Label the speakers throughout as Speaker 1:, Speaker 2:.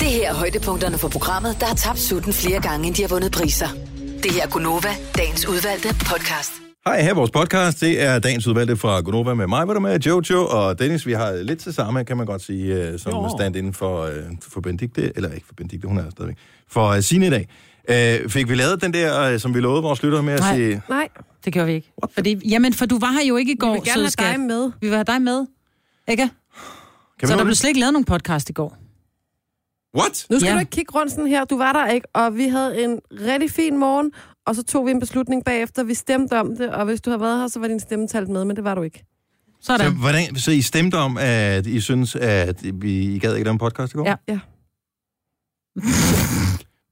Speaker 1: Det her er højdepunkterne for programmet, der har tabt sutten flere gange, end de har vundet priser. Det her er Gunova, dagens udvalgte podcast.
Speaker 2: Hej, her er vores podcast. Det er dagens udvalgte fra Gonova med mig, hvor der med Jojo og Dennis. Vi har lidt til samme, kan man godt sige, øh, som jo. stand inden for, øh, for Benedikte, eller ikke for Benedikte, hun er her stadigvæk, for øh, Signe i dag. Øh, fik vi lavet den der, øh, som vi lovede vores lyttere med at
Speaker 3: Nej.
Speaker 2: sige...
Speaker 4: Nej,
Speaker 3: Det gjorde vi ikke. Fordi, jamen, for du var her jo ikke i går,
Speaker 4: vi vil gerne
Speaker 3: søde
Speaker 4: have dig
Speaker 3: skat.
Speaker 4: med.
Speaker 3: Vi vil have dig med. Ikke?
Speaker 2: Kan
Speaker 3: Så
Speaker 2: nå
Speaker 3: der blev
Speaker 2: det?
Speaker 3: slet ikke lavet nogen podcast i går.
Speaker 2: What?
Speaker 4: Nu skal
Speaker 3: Ja.
Speaker 4: ja. du ikke kigge rundt sådan her. Du var der ikke, og vi havde en rigtig fin morgen, og så tog vi en beslutning bagefter. Vi stemte om det, og hvis du havde været her, så var din stemme talt med, men det var du ikke.
Speaker 3: Sådan.
Speaker 2: Så, hvordan, så I stemte om, at I synes, at vi I gad ikke lave en podcast i går?
Speaker 3: Ja.
Speaker 4: Ja.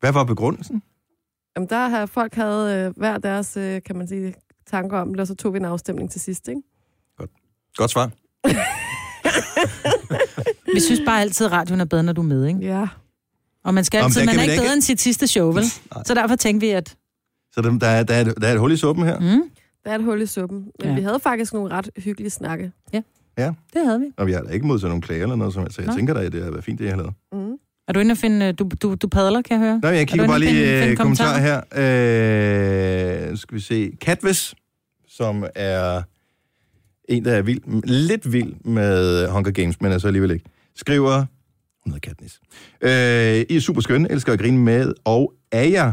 Speaker 2: Hvad var begrundelsen?
Speaker 4: Jamen, der har folk havde øh, hver deres, øh, kan man sige, tanker om det, og så tog vi en afstemning til sidst, ikke?
Speaker 2: Godt svar.
Speaker 3: Vi synes bare altid, at radioen er bedre, når du er med, ikke?
Speaker 4: Ja.
Speaker 3: Og man skal
Speaker 2: Om
Speaker 3: altid,
Speaker 2: der
Speaker 3: man
Speaker 2: kan
Speaker 3: er
Speaker 2: vi da
Speaker 3: ikke bedre
Speaker 2: ikke-
Speaker 3: end sit sidste show, vel? Så derfor tænkte vi, at
Speaker 2: Så der, der, er, der, er, et- der er et hul i suppen her, mm.
Speaker 4: Der er et hul i suppen. Men
Speaker 3: Ja.
Speaker 4: ja. vi havde faktisk nogle ret hyggelige snakke.
Speaker 3: det havde vi.
Speaker 2: og vi har da ikke modtaget nogen klager eller noget som helst, så jeg
Speaker 3: Nå.
Speaker 2: tænker da, at det har været fint, det jeg har lavet.
Speaker 4: Mm.
Speaker 3: Er du inde og finde... øh, Du, du, du padler, kan jeg høre?
Speaker 2: Nå, jeg kigger
Speaker 3: du
Speaker 2: bare
Speaker 3: inde og finde-
Speaker 2: lige
Speaker 3: finde
Speaker 2: øh, kommentar her. Øh, nu skal vi se. Katvis, som er en, der er vild, m- lidt vild med Hunger Games, men altså alligevel ikke, skriver, hun hedder Katniss, øh, I er super skønne, elsker at grine med, og er jeg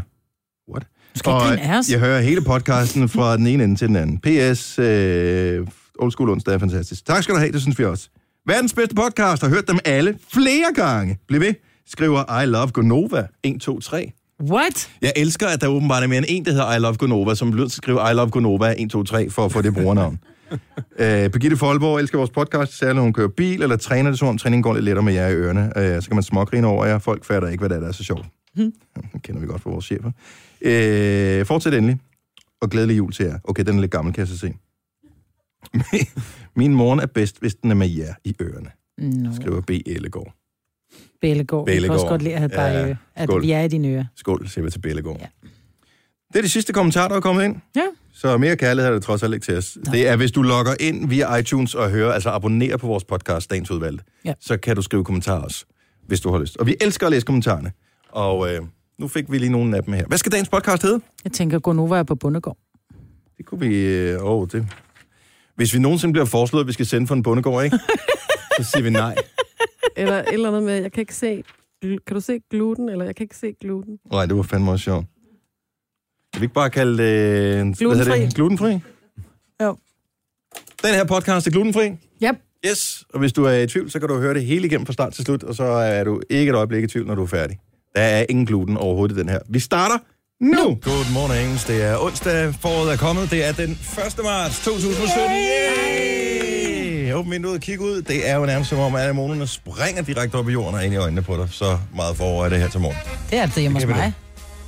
Speaker 3: Du skal ikke grine af os.
Speaker 2: jeg hører hele podcasten fra den ene ende til den anden. P.S. Øh, Old School Onsdag er fantastisk. Tak skal du have, det synes vi også. Verdens bedste podcast, har hørt dem alle flere gange. Bliv ved, skriver I Love Gonova 1, 2, 3.
Speaker 3: What?
Speaker 2: Jeg elsker, at der åbenbart er mere end en, der hedder I Love Gonova, som bliver til at skrive I Love Gonova 1, 2, 3 for at få det brugernavn. øh, Birgitte Folborg elsker vores podcast, særligt når hun kører bil eller træner det, som om træningen går lidt lettere med jer i ørerne. Øh, så kan man smågrine over jer. Folk fatter ikke, hvad der er, der er så sjovt. Hmm. kender vi godt fra vores chefer. Øh, fortsæt endelig. Og glædelig jul til jer. Okay, den er lidt gammel, kan jeg så se. Min morgen er bedst, hvis den er med jer i ørerne,
Speaker 3: Nå,
Speaker 2: skriver B. Ellegaard.
Speaker 3: Bællegård. Vi kan også
Speaker 2: Bællegård.
Speaker 3: godt lide, at,
Speaker 2: Ja,
Speaker 3: ja,
Speaker 2: ja.
Speaker 3: ja. at
Speaker 2: Skål.
Speaker 3: vi er i dine ører.
Speaker 2: Skål, siger vi til Bellegård. Ja.
Speaker 3: Ja.
Speaker 2: Det er de sidste kommentarer, der er kommet ind.
Speaker 3: Ja.
Speaker 2: Så mere kærlighed er det trods alt ikke til os. Det er, hvis du logger ind via iTunes og hører, altså abonnerer på vores podcast, Dagens Udvalg,
Speaker 3: Ja.
Speaker 2: så kan du skrive kommentarer også, hvis du har lyst. Og vi elsker at læse kommentarerne. Og øh, nu fik vi lige nogle af dem her. Hvad skal dagens podcast hedde?
Speaker 3: Jeg tænker, Gonova er på bundegård.
Speaker 2: Det kunne vi... øh, Åh, øh, det... Hvis vi nogensinde bliver foreslået, at vi skal sende for en bondegård, ikke? så siger vi nej.
Speaker 4: Eller et eller andet med, jeg kan ikke se, gl- kan du se gluten, eller jeg kan ikke se gluten.
Speaker 2: Nej, det var fandme også sjovt. Kan vi ikke bare kalde det... Øh,
Speaker 3: Glutenfri.
Speaker 2: Det? Glutenfri?
Speaker 3: Jo.
Speaker 2: Den her podcast er glutenfri.
Speaker 3: Yep.
Speaker 2: Yes, og hvis du er i tvivl, så kan du høre det hele igennem fra start til slut, og så er du ikke et øjeblik i tvivl, når du er færdig. Der er ingen gluten overhovedet i den her. Vi starter nu! nu. Good morning. Det er onsdag. Foråret er kommet. Det er den 1. marts 2017. Yay! Yay! Åbn vinduet og kig ud. Det er jo nærmest som om, at anemonerne springer direkte op i jorden og ind i øjnene på dig. Så meget forår er det her til morgen.
Speaker 3: Det er det hjemme hos
Speaker 2: kan vi
Speaker 3: mig.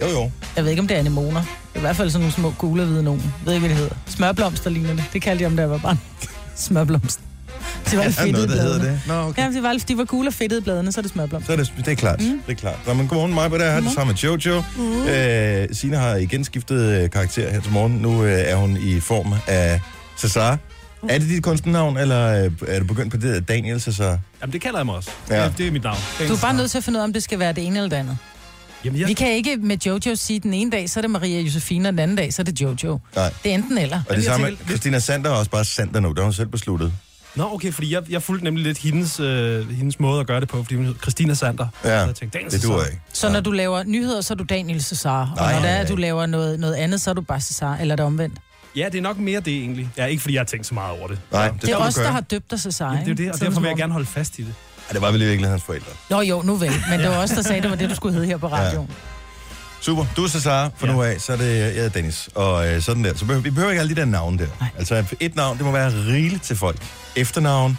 Speaker 2: Jo, jo.
Speaker 3: Jeg ved ikke, om det er anemoner. Det er i hvert fald sådan nogle små gule hvide nogen. Jeg ved ikke, hvad det hedder. Smørblomster ligner det. Det kaldte jeg dem, da jeg var barn. Smørblomster. De var
Speaker 2: Er
Speaker 3: lidt
Speaker 2: der noget,
Speaker 3: fedtede
Speaker 2: der hedder
Speaker 3: bladene.
Speaker 2: det? Nå, okay.
Speaker 3: Ja, de var, de var gule og fedtede bladene, så er det smørblomster.
Speaker 2: Så er det, det er klart. Mm. Det er klart. Nå, men godmorgen, Maja, der er her det sammen med Jojo. Mm. Øh, Sina har igen skiftet øh, karakter her til morgen. Nu øh, er hun i form af Cesar. Er det dit kunstnernavn, eller øh, er du begyndt på det der Daniel Cesar?
Speaker 5: Jamen, det kalder jeg mig også.
Speaker 2: Ja.
Speaker 5: Ja. Det, det er mit navn.
Speaker 3: Du er bare nødt til at finde ud af, om det skal være det ene eller det andet.
Speaker 5: Jamen, jeg...
Speaker 3: Vi kan ikke med Jojo sige, den ene dag, så er det Maria Josefine, og den anden dag, så er det Jojo.
Speaker 2: Nej.
Speaker 3: Det er enten eller.
Speaker 2: Og det
Speaker 5: jeg
Speaker 2: samme med
Speaker 5: tænker lidt-
Speaker 2: Christina Sander er også bare Sander nu. Det har hun selv besluttet.
Speaker 5: Nå, okay, fordi jeg, jeg fulgte nemlig lidt hendes, øh, hendes måde at gøre det på, fordi hun hed Christina Sander. Så
Speaker 2: Ja,
Speaker 5: jeg tænkte, "Dagens
Speaker 2: det duer
Speaker 5: sæson."
Speaker 2: ikke.
Speaker 3: Så når du laver nyheder, så er du Daniel Cesar.
Speaker 2: Nej,
Speaker 3: og når det
Speaker 2: nej,
Speaker 3: er,
Speaker 2: nej.
Speaker 3: at du laver noget, noget andet, så er du bare Cesar. Eller er det omvendt.
Speaker 5: Ja, det er nok mere det egentlig. Ja, ikke fordi jeg har tænkt så meget over det.
Speaker 2: Nej,
Speaker 5: Så-
Speaker 2: det,
Speaker 3: Det, det er
Speaker 2: skal
Speaker 3: os,
Speaker 2: du
Speaker 3: der
Speaker 2: gøre.
Speaker 3: har døbt dig Cesar.
Speaker 5: Jamen, det er jo det, og derfor vil jeg gerne holde fast i det.
Speaker 2: Ej, det var vel i virkeligheden hans forældre.
Speaker 3: Nå jo, nu vel. Men det var også der sagde, det var det, du skulle hedde her på radioen.
Speaker 2: Super. Du er Cesar. For ja.
Speaker 5: Ja.
Speaker 2: nu af, så er det jeg hedder Dennis. Og øh, sådan der. Så behøver, vi behøver ikke alle de der navne der. Nej. Altså, et navn, det må være rigeligt til folk. Efternavn.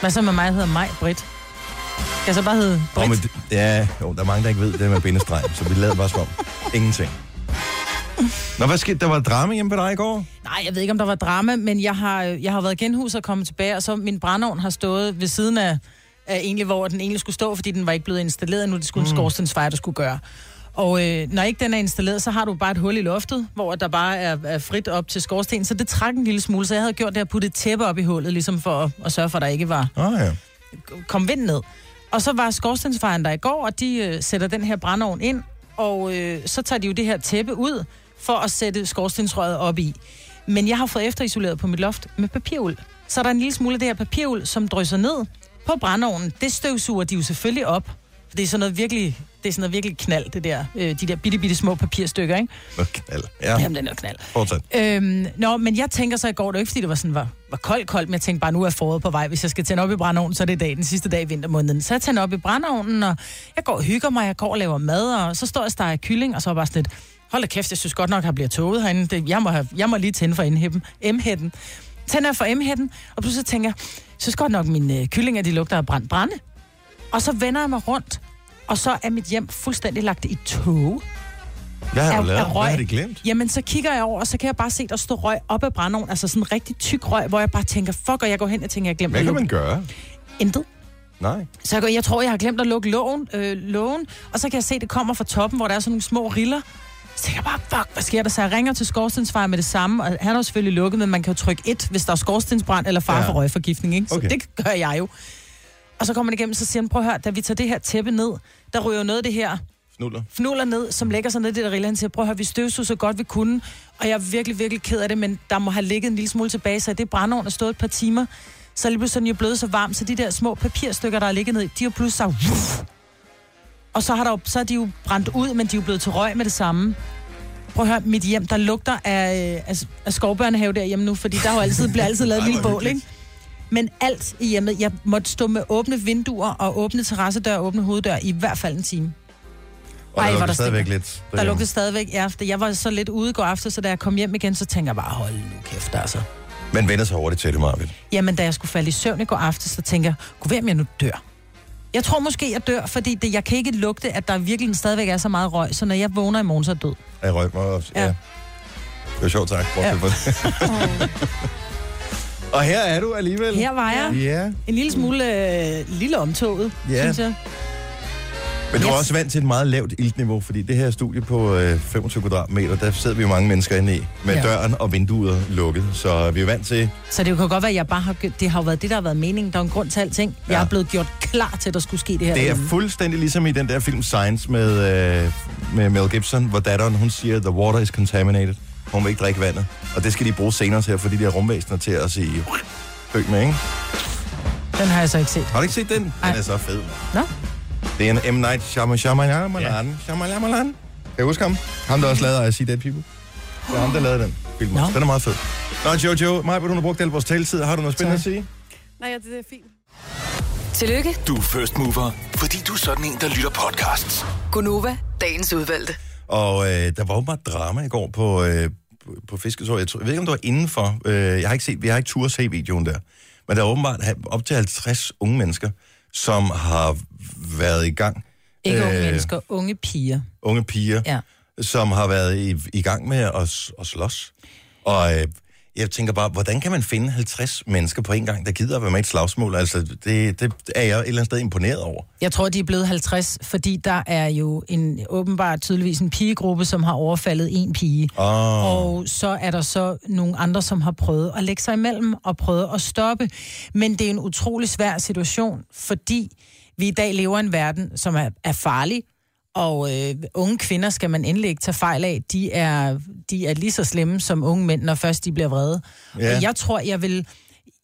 Speaker 3: Hvad så med mig, jeg hedder mig, Britt? Skal jeg så bare hedde
Speaker 2: Nå,
Speaker 3: Britt?
Speaker 2: men det, ja, jo, der er mange, der ikke ved det med bindestreg, så vi lader bare som om. Ingenting. Nå, hvad skete? Der var drama hjemme på dig i går?
Speaker 3: Nej, jeg ved ikke, om der var drama, men jeg har, jeg har været i genhus og kommet tilbage, og så min brandovn har stået ved siden af, af egentlig, hvor den egentlig skulle stå, fordi den var ikke blevet installeret endnu. Det skulle en skorstensfejer, der skulle gøre. Og øh, når ikke den er installeret, så har du bare et hul i loftet, hvor der bare er, er frit op til skorstenen, så det trak en lille smule. Så jeg havde gjort det at putte et tæppe op i hullet, ligesom for at, at sørge for, at der ikke var
Speaker 2: Åh, oh, ja.
Speaker 3: kom vind ned. Og så var skorstensfejren der i går, og de øh, sætter den her brandovn ind, og øh, så tager de jo det her tæppe ud for at sætte skorstensrøret op i. Men jeg har fået efterisoleret på mit loft med papirul. Så er der en lille smule af det her papirul, som drysser ned på brandovnen. Det støvsuger de jo selvfølgelig op. For det er sådan noget virkelig, det er sådan noget virkelig knald, det der, øh, de der bitte, bitte små papirstykker, ikke?
Speaker 2: Nå, knald. Ja,
Speaker 3: Jamen, den er jo knald.
Speaker 2: fortsat.
Speaker 3: Øhm, nå, men jeg tænker så i går, det var ikke fordi det var sådan, var, var koldt, koldt, men jeg tænkte bare, nu er foråret på vej. Hvis jeg skal tænde op i brændeovnen, så er det i dag, den sidste dag i vintermåneden. Så jeg tænder op i brændeovnen, og jeg går og hygger mig, jeg går og laver mad, og så står jeg og steger kylling, og så er jeg bare sådan lidt, hold da kæft, jeg synes godt nok, at jeg bliver tåget herinde. Det, jeg, må have, jeg må lige tænde for indhæppen- M-hætten. Tænder jeg for M-hætten, og pludselig tænker jeg, jeg synes godt nok, mine øh, kyllinger, de lugter af brændt brænde. Og så vender jeg mig rundt, og så er mit hjem fuldstændig lagt i tåge.
Speaker 2: Hvad har
Speaker 3: Er-
Speaker 2: du lavet?
Speaker 3: er
Speaker 2: Hvad
Speaker 3: røg-
Speaker 2: har de glemt?
Speaker 3: Jamen, så kigger jeg over, og så kan jeg bare se, der står røg op ad brændeovnen. Altså sådan en rigtig tyk røg, hvor jeg bare tænker, fuck, og jeg går hen og tænker, jeg glemte
Speaker 2: Hvad
Speaker 3: at
Speaker 2: kan
Speaker 3: lukke
Speaker 2: man gøre?
Speaker 3: intet.
Speaker 2: Nej.
Speaker 3: Så jeg, går, jeg tror, jeg har glemt at lukke lågen, øh, lågen, og så kan jeg se, det kommer fra toppen, hvor der er sådan nogle små riller. Så tænker jeg bare, fuck, hvad sker der? Så jeg ringer til skorstensfejren med det samme, og han er jo selvfølgelig lukket, men man kan jo trykke et, hvis der er skorstensbrand eller far
Speaker 2: Ja.
Speaker 3: ja. for røgforgiftning, ikke? Så
Speaker 2: Okay.
Speaker 3: okay. det gør jeg jo. Og så kommer man igennem, så siger han, prøv at høre, da vi tager det her tæppe ned, der ryger jo noget af det her
Speaker 2: Snuller.
Speaker 3: fnuller ned, som lægger sig ned i det der rille. Han siger, prøv at høre, vi støvsug så godt vi kunne, og jeg er virkelig, virkelig ked af det, men der må have ligget en lille smule tilbage, så i det brændeovn er stået et par timer. Så er det pludselig sådan, jeg er blevet så varm, så de der små papirstykker, der er ligget ned, i, de er pludselig så... Wuff, og så har der jo, så er de jo brændt ud, men de er jo blevet til røg med det samme. Prøv at høre, mit hjem, der lugter af, øh, af, af skovbørnehave derhjemme nu, fordi der har jo altid, bliver altid lavet en
Speaker 2: Ej,
Speaker 3: lille
Speaker 2: hvor
Speaker 3: bål, ikke?
Speaker 2: hyggeligt.
Speaker 3: Men alt i hjemmet, jeg måtte stå med åbne vinduer og åbne terrassedør og åbne hoveddør i hvert fald en time.
Speaker 2: Og der
Speaker 3: Ej, hvor
Speaker 2: lugter
Speaker 3: der
Speaker 2: stadigvæk
Speaker 3: stinker.
Speaker 2: lidt.
Speaker 3: Der lugtede stadigvæk ja, efter. Jeg var så lidt ude i går aftes, så da jeg kom hjem igen, så tænker jeg bare, hold nu kæft altså.
Speaker 2: Man vender sig over det til det, Marvind.
Speaker 3: Jamen, da jeg skulle falde i søvn i går aftes, så tænker jeg, gud hvem jeg nu dør. Jeg tror måske, jeg dør, fordi det, jeg kan ikke lugte, at der virkelig stadigvæk er så meget røg, så når jeg vågner i morgen, så er jeg død.
Speaker 2: Jeg røg mig også. Ja.
Speaker 3: Ja.
Speaker 2: ja. Det var sjovt, tak. Ja. og her er du alligevel.
Speaker 3: Her var jeg.
Speaker 2: Ja.
Speaker 3: En lille smule øh, lille omtoget,
Speaker 2: Ja.
Speaker 3: ja. synes jeg.
Speaker 2: Men du er
Speaker 3: Yes.
Speaker 2: også vant til et meget lavt iltniveau, fordi det her studie på øh, 25 kvadratmeter, der sidder vi jo mange mennesker inde i, med ja.
Speaker 3: Ja.
Speaker 2: døren og vinduet lukket. Så vi er vant til,
Speaker 3: Så det kan godt være, at jeg bare har... gjort- Det har jo været det, der har været meningen. Der er en grund til alting. Ja.
Speaker 2: Ja.
Speaker 3: Jeg er blevet gjort klar til, at der skulle ske det her.
Speaker 2: Det er
Speaker 3: derhjemme.
Speaker 2: fuldstændig ligesom i den der film Science med, øh, med Mel Gibson, hvor datteren, hun siger, the water is contaminated. Hun vil ikke drikke vandet. Og det skal de bruge senere til at få de der rumvæsener til at sige, dø med, ikke?
Speaker 3: Den har jeg så ikke set.
Speaker 2: Har du ikke set den?
Speaker 3: Ej.
Speaker 2: Den er så fed. mand.
Speaker 3: Nå?
Speaker 2: Det er en M. Night Shyamalan. Shyamalan. Kan jeg huske ham? Ham, der også lavede I See Dead People. Det er ham, der lavede den film også.
Speaker 3: Nå.
Speaker 2: Den er meget fed. Nå, Jojo, mig, hvor du har brugt al vores taletid. Har du noget spændende at sige?
Speaker 4: Nej, ja, det er fint.
Speaker 1: Tillykke,
Speaker 6: Du er first mover, fordi du er sådan en, der lytter podcasts.
Speaker 1: Gunova, dagens udvalgte.
Speaker 2: Og øh, der var jo meget drama i går på, øh, på- på Fiskesår. Jeg, tror, jeg ved ikke, om det var indenfor. Øh, jeg har ikke set, vi har ikke tur at se videoen der. Men der er åbenbart ha- op til 50 unge mennesker, som har været i gang.
Speaker 3: Ikke unge
Speaker 2: Øh,
Speaker 3: mennesker, unge piger.
Speaker 2: Unge piger,
Speaker 3: Ja.
Speaker 2: som har været i, i gang med at, s- at slås. Og øh, jeg tænker bare, hvordan kan man finde 50 mennesker på en gang, der gider at være med i et slagsmål? Altså, det, det er jeg et eller andet sted imponeret over.
Speaker 3: Jeg tror, de er blevet 50, fordi der er jo en åbenbart tydeligvis en pigegruppe, som har overfaldet en pige.
Speaker 2: Åh.
Speaker 3: Og så er der så nogle andre, som har prøvet at lægge sig imellem og prøvet at stoppe. Men det er en utrolig svær situation, fordi vi i dag lever i en verden, som er, er farlig. Og øh, unge kvinder skal man endelig ikke tage fejl af. De er, de er lige så slemme som unge mænd, når først de bliver vrede.
Speaker 2: Ja.
Speaker 3: Ja. Og jeg tror, jeg vil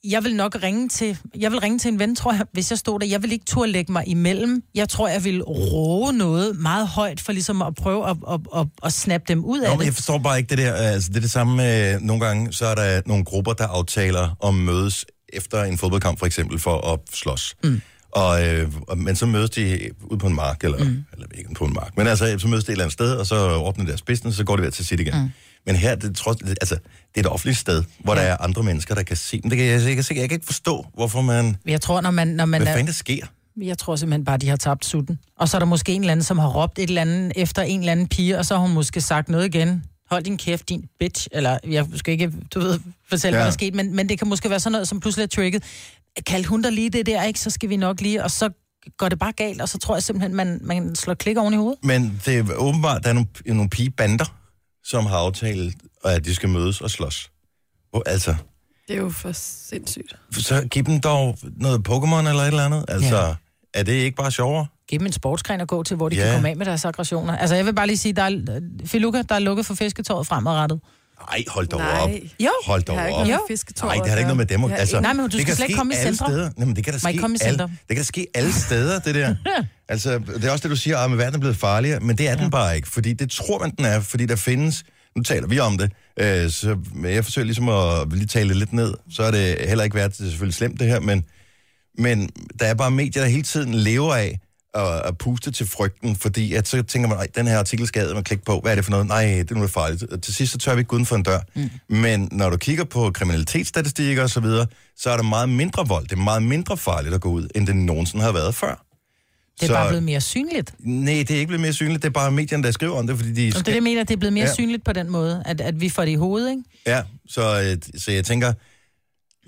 Speaker 3: jeg vil nok ringe til, jeg vil ringe til en ven, tror jeg, hvis jeg stod der. Jeg vil ikke turde lægge mig imellem. Jeg tror, jeg vil råbe noget meget højt for ligesom at prøve at, at, at, at snappe dem ud
Speaker 2: Nå,
Speaker 3: af
Speaker 2: men jeg
Speaker 3: det.
Speaker 2: forstår bare ikke det der. Altså, det er det samme med, nogle gange, så er der nogle grupper, der aftaler om mødes efter en fodboldkamp, for eksempel, for at slås. Mm. Og, øh, og- men så mødes de ude på en mark, eller, mm. eller ikke på en mark, men altså, så mødes de et eller andet sted, og så ordner deres business, så går de hver til sit igen. Mm. Men her, det, er trods, altså, det er et offentligt sted, hvor ja. der er andre mennesker, der kan se dem. Det kan, jeg, jeg, kan, se- jeg kan ikke forstå, hvorfor man...
Speaker 3: Men jeg tror, når man, når man
Speaker 2: Hvad
Speaker 3: er,
Speaker 2: fanden der sker?
Speaker 3: jeg tror simpelthen bare, de har tabt sutten. Og så er der måske en eller anden, som har råbt et eller andet efter en eller anden pige, og så har hun måske sagt noget igen. Hold din kæft, din bitch. Eller jeg skal ikke, du ved, fortælle, ja.
Speaker 2: Ja.
Speaker 3: hvad der skete, men, men det kan måske være sådan noget, som pludselig er trigget. Kald hun der lige det der, ikke? Så skal vi nok lige, og så går det bare galt, og så tror jeg simpelthen, man, man slår klik oven i hovedet.
Speaker 2: Men det er åbenbart, der er nogle, nogle pigebander, som har aftalt, at de skal mødes og slås. Hvor, altså,
Speaker 4: Det er jo for sindssygt.
Speaker 2: så giv dem dog noget Pokémon eller et eller andet. Altså, ja. Er det ikke bare sjovere?
Speaker 3: Giv dem en sportsgren at gå til, hvor de
Speaker 2: Ja.
Speaker 3: kan komme af med deres aggressioner. Altså, jeg vil bare lige sige, der er, Filuka, der er lukket for fisketåret fremadrettet.
Speaker 2: Nej, hold dog
Speaker 4: Nej.
Speaker 2: op.
Speaker 3: Jo.
Speaker 2: Hold dog
Speaker 4: Jeg har ikke
Speaker 2: op.
Speaker 4: noget
Speaker 3: Jo.
Speaker 4: med fisketår
Speaker 2: Nej, det
Speaker 4: at
Speaker 2: har da ikke
Speaker 4: gøre.
Speaker 2: noget med dem. at-
Speaker 4: Jeg har
Speaker 2: Altså,
Speaker 4: ikke-
Speaker 3: Nej, men du
Speaker 2: det
Speaker 3: skal
Speaker 2: kan
Speaker 3: slet ikke
Speaker 2: ske
Speaker 3: komme i
Speaker 2: alle
Speaker 3: centre.
Speaker 2: Steder. Nej, men det kan da
Speaker 3: Må ikke
Speaker 2: ske
Speaker 3: komme i
Speaker 2: alle,
Speaker 3: centre.
Speaker 2: det kan da ske alle steder, det der. altså, det er også det, du siger, at verden er blevet farligere, men det er den bare ikke, fordi det tror man, den er, fordi der findes, nu taler vi om det, øh, så jeg forsøger ligesom at lige tale det lidt ned, så er det heller ikke været det er selvfølgelig slemt det her, men, men der er bare medier, der hele tiden lever af at, at puste til frygten, fordi at så tænker man, "Ej, den her artikel skal jeg eddermame klikke på, hvad er det for noget? Nej, det er nu farligt. Og til sidst så tør vi ikke gå uden for en dør. Mm. Men når du kigger på kriminalitetsstatistikker og så videre, så er der meget mindre vold. Det er meget mindre farligt at gå ud, end det nogensinde har været før.
Speaker 3: Det er så... bare blevet mere synligt.
Speaker 2: Nej, det er ikke blevet mere synligt. Det er bare medierne, der skriver om det, fordi de...
Speaker 3: Og det, er det, jeg mener, det er blevet mere
Speaker 2: Ja.
Speaker 3: ja. synligt på den måde, at, at vi får det i hovedet, ikke?
Speaker 2: Ja, så, øh, så jeg tænker,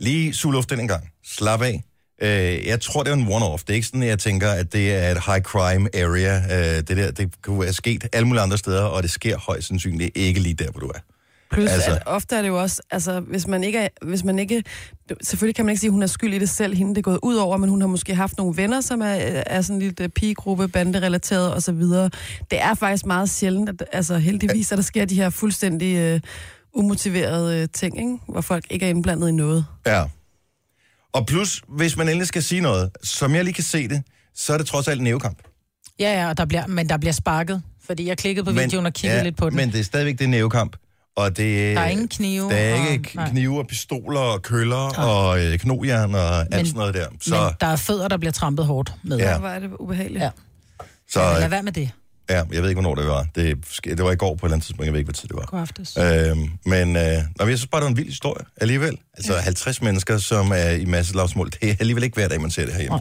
Speaker 2: lige sug luft den en gang. Slap af. Øh, jeg tror, det er en one-off. Det er ikke sådan, at jeg tænker, at det er et high crime area. Øh, det der, det kunne være sket alle mulige andre steder, og det sker højst sandsynligt ikke lige der, hvor du er.
Speaker 4: Plus,
Speaker 2: Altså-
Speaker 4: altså. at ofte er det jo også, altså, hvis man ikke er, hvis man ikke, selvfølgelig kan man ikke sige, at hun er skyld i det selv, hende det er gået ud over, men hun har måske haft nogle venner, som er, er sådan lidt øh, pigegruppe, banderelateret og så videre. Det er faktisk meget sjældent, at, altså heldigvis, at der sker de her fuldstændig øh, umotiverede øh, ting, ikke? hvor folk ikke er indblandet i noget.
Speaker 2: Ja. Og plus, hvis man endelig skal sige noget, som jeg lige kan se det, så er det trods alt en nævekamp.
Speaker 3: Ja, ja, og der bliver, men der bliver sparket, fordi jeg klikkede på men, videoen og kiggede ja, lidt på den. Men...
Speaker 2: Men det er stadigvæk det er nævekamp. Og det,
Speaker 3: Der er ingen knive,
Speaker 2: Der er
Speaker 3: og-
Speaker 2: ikke
Speaker 3: nej.
Speaker 2: knive og pistoler og køller og øh, knogjern og alt
Speaker 3: Men-
Speaker 2: sådan noget der. Så,
Speaker 3: men der er fødder, der bliver trampet hårdt med.
Speaker 2: Ja.
Speaker 3: Ja.
Speaker 4: Hvor er det ubehageligt.
Speaker 3: Ja.
Speaker 2: så
Speaker 3: Men
Speaker 2: øh,
Speaker 3: lad være med det.
Speaker 2: Ja, jeg ved ikke, hvornår det var. Det, sk- det var i går på et eller andet tidspunkt. Jeg ved ikke, hvad tid det var.
Speaker 3: God aftes.
Speaker 2: Øhm, men øh, nå, men jeg synes bare, det var en vild historie alligevel. Altså ja. 50 mennesker, som er i masse slagsmål. Det er alligevel ikke hver dag, man ser det herhjemme.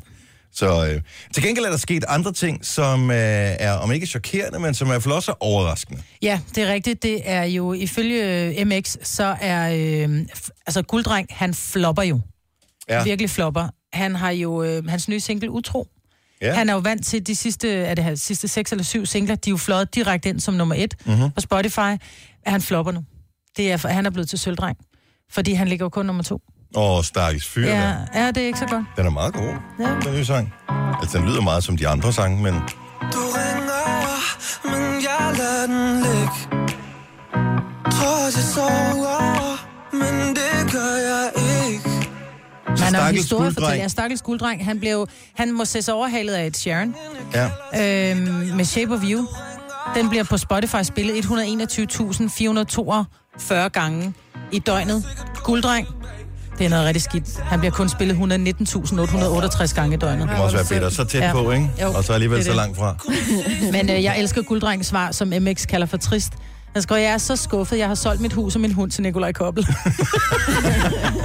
Speaker 2: Så øh, til gengæld er der sket andre ting, som øh, er om ikke chokerende, men som er for også overraskende.
Speaker 3: Ja, det er rigtigt. Det er jo, ifølge øh, MX, så er, øh, f- altså Gulddreng, han flopper jo.
Speaker 2: Ja.
Speaker 3: Ja. Virkelig flopper. Han har jo, øh, hans nye single, Utro.
Speaker 2: Ja.
Speaker 3: Ja. Han er jo vant til de sidste, er det her, sidste seks eller syv singler, de er jo fløjet direkte ind som nummer et
Speaker 2: Mhm.
Speaker 3: mm-hmm. på Spotify. Han flopper nu. Det er, for, han er blevet til sølvdreng. Fordi han ligger jo kun nummer to.
Speaker 2: Åh, stakkels fyr.
Speaker 3: Ja,
Speaker 2: Ja.
Speaker 3: ja det er ikke så godt.
Speaker 2: Den er meget god,
Speaker 3: Ja.
Speaker 2: den nye sang. Altså, den lyder meget som de andre sange, men
Speaker 7: Du ringer, men jeg lader den ligge Tror jeg sover, men det gør jeg ikke
Speaker 3: Men han er jo en
Speaker 2: stakkels
Speaker 3: historie
Speaker 2: gulddreng.
Speaker 3: fortæller. Ja, stakkels gulddreng. Han, blev, jo- han må ses overhalet af et Sharon.
Speaker 2: ja.
Speaker 3: øh, med Shape of You. Den bliver på Spotify spillet 121.442 gange i døgnet. Gulddreng, det er noget rigtig skidt. Han bliver kun spillet 119.868 gange i døgnet.
Speaker 2: det må også være bitter. Så tæt
Speaker 3: Ja.
Speaker 2: på, ikke?
Speaker 3: Jo,
Speaker 2: Og så alligevel
Speaker 3: det er
Speaker 2: så
Speaker 3: det.
Speaker 2: langt fra.
Speaker 3: Men øh, jeg elsker gulddrengens svar, som MX kalder for trist. Han skriver, jeg er så skuffet, jeg har solgt mit hus og min hund til Nikolaj Koppel.
Speaker 7: Du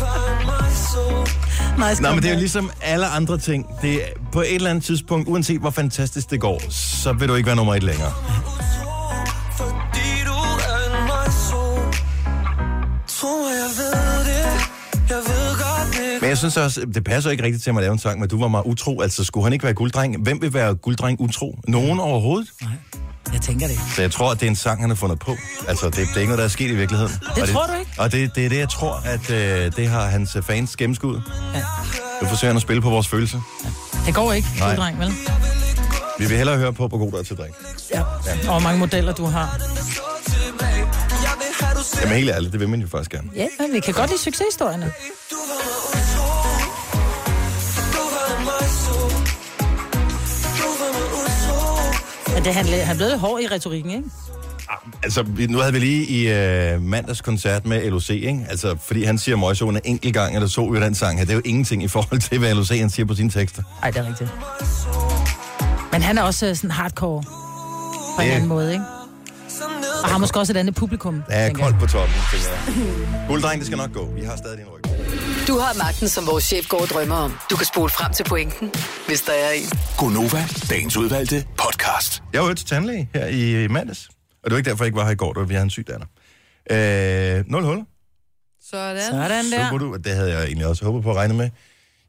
Speaker 7: var mig så
Speaker 3: Meget
Speaker 2: Nå,
Speaker 3: skønt.
Speaker 2: men det er jo ligesom alle andre ting. Det er, på et eller andet tidspunkt, uanset hvor fantastisk det går, så vil du ikke være nummer et længere.
Speaker 7: utro Fordi du er mig så Tror jeg ved det, jeg ved godt det
Speaker 2: Men jeg synes også, det passer ikke rigtigt til mig at lave en sang, men du var meget utro. Altså, skulle han ikke være gulddreng? Hvem vil være gulddreng utro? Nogen overhovedet?
Speaker 3: Jeg tænker det ikke.
Speaker 2: Så jeg tror, at det er en sang, han har fundet på. Altså, det, det er ikke noget, der er sket i virkeligheden. og
Speaker 3: tror du ikke?
Speaker 2: Og det, det er det, jeg tror, at øh, det har hans øh, fans gennemskuet.
Speaker 3: Ja.
Speaker 2: Nu forsøger han at spille på vores følelser.
Speaker 3: Det går ikke,
Speaker 2: Nej.
Speaker 3: gulddreng, vel?
Speaker 2: Vi vil hellere høre på, hvor god der er til dreng.
Speaker 3: Ja. Og hvor mange modeller du har.
Speaker 7: Jeg vil have du selv
Speaker 2: Jamen helt ærligt, det vil man jo faktisk gerne.
Speaker 3: Ja, men vi kan godt lide succeshistorierne.
Speaker 7: Du var mig utro Du var mig så Du var mig utro
Speaker 3: Men det, han, han blev lidt hård i retorikken, ikke?
Speaker 2: Altså, vi- nu havde vi lige i øh, mandags koncert med LOC, ikke? Altså, fordi han siger møgsoen en enkelt gang, eller så vi den sang her. Det er jo ingenting i forhold til, hvad LOC han siger på sine tekster.
Speaker 3: Ej, det er rigtigt. Men han er også øh, sådan hardcore på en
Speaker 2: Det-
Speaker 3: anden måde, ikke? Og har måske også et andet publikum.
Speaker 2: Der er
Speaker 3: tænker jeg.
Speaker 2: koldt på toppen, tænker jeg. Gulddreng, det skal nok gå. Vi har stadig din ryg.
Speaker 1: Du har magten, som vores chef går og drømmer om. Du kan spole frem til pointen, hvis der er en.
Speaker 6: Gonova, dagens udvalgte podcast.
Speaker 2: Jeg var jo til tandlæge her i mandags. Og det var ikke derfor, jeg ikke var her i går. Det var, fordi jeg havde en syg datter. Øh, 0 huller.
Speaker 4: Sådan.
Speaker 3: Sådan
Speaker 2: Ja.
Speaker 3: der.
Speaker 2: Super du. Det havde jeg egentlig også håbet på at regne med.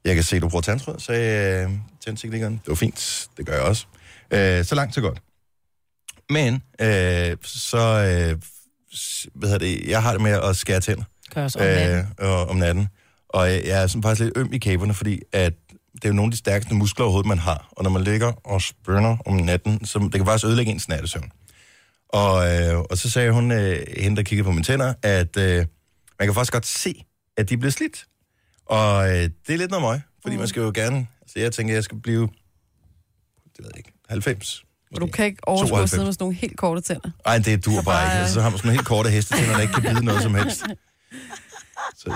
Speaker 2: Jeg kan se, du bruger tandtråd, sagde øh, tandteknikeren. Det var fint. Det gør jeg også. Øh, så langt, så godt. Men, øh, så... Øh, s- hvad hedder det? Jeg har det med at skære tænder
Speaker 3: Kører os om natten.
Speaker 2: øh, og, om natten. Og jeg er sådan faktisk lidt øm i kæberne, fordi at det er jo nogle af de stærkeste muskler overhovedet, man har. Og når man ligger og spønder om natten, så det kan faktisk ødelægge ens nattesøvn. Og, øh, og så sagde hun, øh, hende der kiggede på mine tænder, at øh, man kan faktisk godt se, at de bliver slidt. Og øh, det er lidt noget møg, fordi mm. man skal jo gerne... Altså jeg tænker, jeg skal blive... Det ved jeg ikke. 90.
Speaker 4: Og du kan ikke overskue at
Speaker 2: 92.
Speaker 4: sidde med sådan nogle helt korte tænder.
Speaker 2: Ej, det dur bare ikke. Altså, så har man sådan nogle helt korte heste til, når der ikke kan bide noget som helst. Så,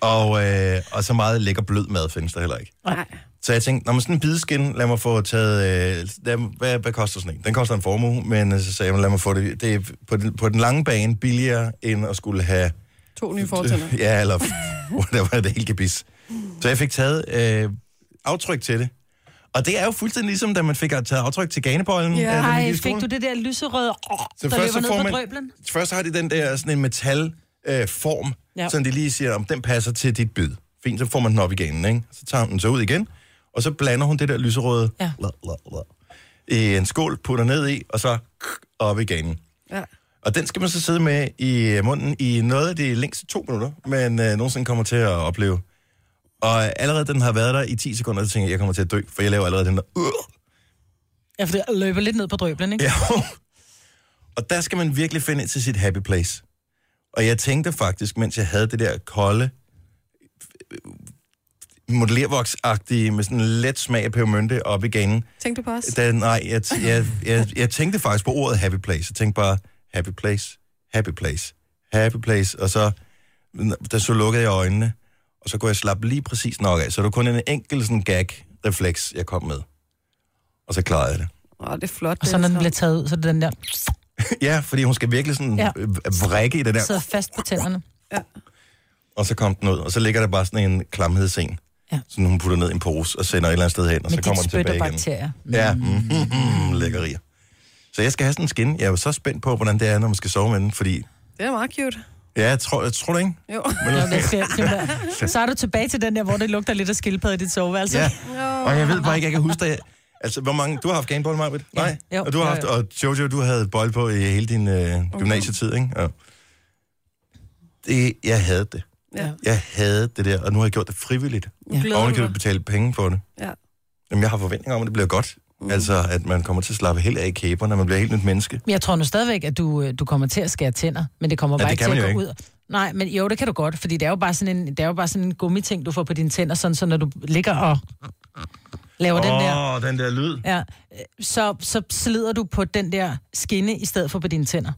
Speaker 2: og, øh, og så meget lækker blød mad findes der heller ikke.
Speaker 4: Nej.
Speaker 2: Så jeg tænkte, når man sådan en bideskin, lad mig få taget... Øh, lad, hvad, hvad koster sådan en? Den koster en formue, men øh, så sagde jeg, lad mig få det... Det er på den, på den lange bane billigere, end at skulle have...
Speaker 4: To nye fortænder.
Speaker 2: ja, eller whatever, det hele gebis. Så jeg fik taget øh, aftryk til det. Og det er jo fuldstændig ligesom, da man fik taget aftryk til ganebøjlen.
Speaker 4: Ja.
Speaker 2: da man gik i
Speaker 3: Ej,
Speaker 2: skole.
Speaker 3: fik du det der lyserøde, oh,
Speaker 2: Så
Speaker 3: der
Speaker 2: først,
Speaker 3: løber
Speaker 2: så
Speaker 3: ned
Speaker 2: får
Speaker 3: på
Speaker 2: man,
Speaker 3: drøblen?
Speaker 2: først har de den der sådan en metalform, øh, form,
Speaker 3: Ja.
Speaker 2: sådan de lige siger, om den passer til dit bid. Fint, så får man den op i ganen, ikke? Så tager hun den så ud igen, og så blander hun det der lyserøde
Speaker 3: Ja.
Speaker 2: la, la, la, i en skål, putter ned i, og så op i ganen.
Speaker 4: Ja.
Speaker 2: Og den skal man så sidde med i munden i noget af de længste to minutter, man øh, nogensinde kommer til at opleve. Og øh, allerede den har været der i 10 sekunder, så tænker jeg, jeg kommer til at dø, for jeg laver allerede den der... Uh,
Speaker 3: Ja, for det løber lidt ned på drøblen, ikke?
Speaker 2: Ja. Og der skal man virkelig finde ind til sit happy place. Og jeg tænkte faktisk, mens jeg havde det der kolde, øh, modellervoksagtige, med sådan en let smag af pebermynte op i ganen.
Speaker 4: Tænkte du på os?
Speaker 2: Da, nej, jeg, t- jeg, jeg, jeg, tænkte faktisk på ordet happy place. Jeg tænkte bare, happy place, happy place, happy place. Og så, da så lukkede jeg øjnene, og så kunne jeg slappe lige præcis nok af. Så det var kun en enkelt sådan gag-refleks, jeg kom med. Og så klarede jeg det.
Speaker 4: Åh, det er flot.
Speaker 3: Og så når den bliver
Speaker 4: Dennis.
Speaker 3: taget ud, så er det den der
Speaker 2: Ja, fordi hun skal virkelig sådan ja.
Speaker 3: Ja.
Speaker 2: vrikke i det der,
Speaker 3: sidder fast på tænderne.
Speaker 2: og så kom den ud, og så ligger der bare sådan en klamhedsen, ja.
Speaker 3: Ja.
Speaker 2: som hun putter ned i en pose og sender et eller andet sted hen, og
Speaker 3: Med
Speaker 2: så kommer
Speaker 3: dit
Speaker 2: den
Speaker 3: spyt
Speaker 2: tilbage
Speaker 3: og
Speaker 2: igen.
Speaker 3: bakterier.
Speaker 2: Ja, mm, mm, lækkerier. Så jeg skal have sådan en skin. Jeg er jo så spændt på, hvordan det er, når man skal sove med den, fordi...
Speaker 4: Det er meget cute.
Speaker 2: Ja, jeg tror, jeg tror det ikke.
Speaker 4: Jo.
Speaker 2: Men,
Speaker 3: Nå, det skal- simpelthen. Så er du tilbage til den der, hvor det lugter lidt af skildpadde i dit soveværelse.
Speaker 2: ja. Og jeg ved bare ikke, jeg kan huske det. Altså, hvor mange... Du har haft ganebold, Marvitt? Nej.
Speaker 3: Ja, jo,
Speaker 2: og du har
Speaker 3: jo,
Speaker 2: haft...
Speaker 3: jo. Mhm.
Speaker 2: Og Jojo, du havde bold på i hele din øh, gymnasietid, ikke? Ja. Det, jeg havde det.
Speaker 4: Ja.
Speaker 2: Jeg havde det der, og nu har jeg gjort det frivilligt.
Speaker 4: Nu glæder
Speaker 2: Og
Speaker 4: du
Speaker 2: man kan
Speaker 4: dig.
Speaker 2: betale penge for det.
Speaker 4: Ja.
Speaker 2: Jamen, jeg har forventninger om, at det bliver godt. Mm. Altså, at man kommer til at slappe helt af i kæber, når man bliver helt nyt menneske.
Speaker 3: Men jeg tror nu stadigvæk, at du, øh, du kommer til at skære tænder, men det kommer
Speaker 2: Ja,
Speaker 3: bare
Speaker 2: det
Speaker 3: ikke
Speaker 2: kan
Speaker 3: til
Speaker 2: man
Speaker 3: at
Speaker 2: jo
Speaker 3: gå ud. Nej, men jo, det kan du godt, fordi det er jo bare sådan en, det er jo bare sådan en gummiting, du får på dine tænder, sådan, så når du ligger og laver oh. den der,
Speaker 2: Åh, den der lyd.
Speaker 3: ja, øh, så, så slider du på den der skinne i stedet for på dine tænder.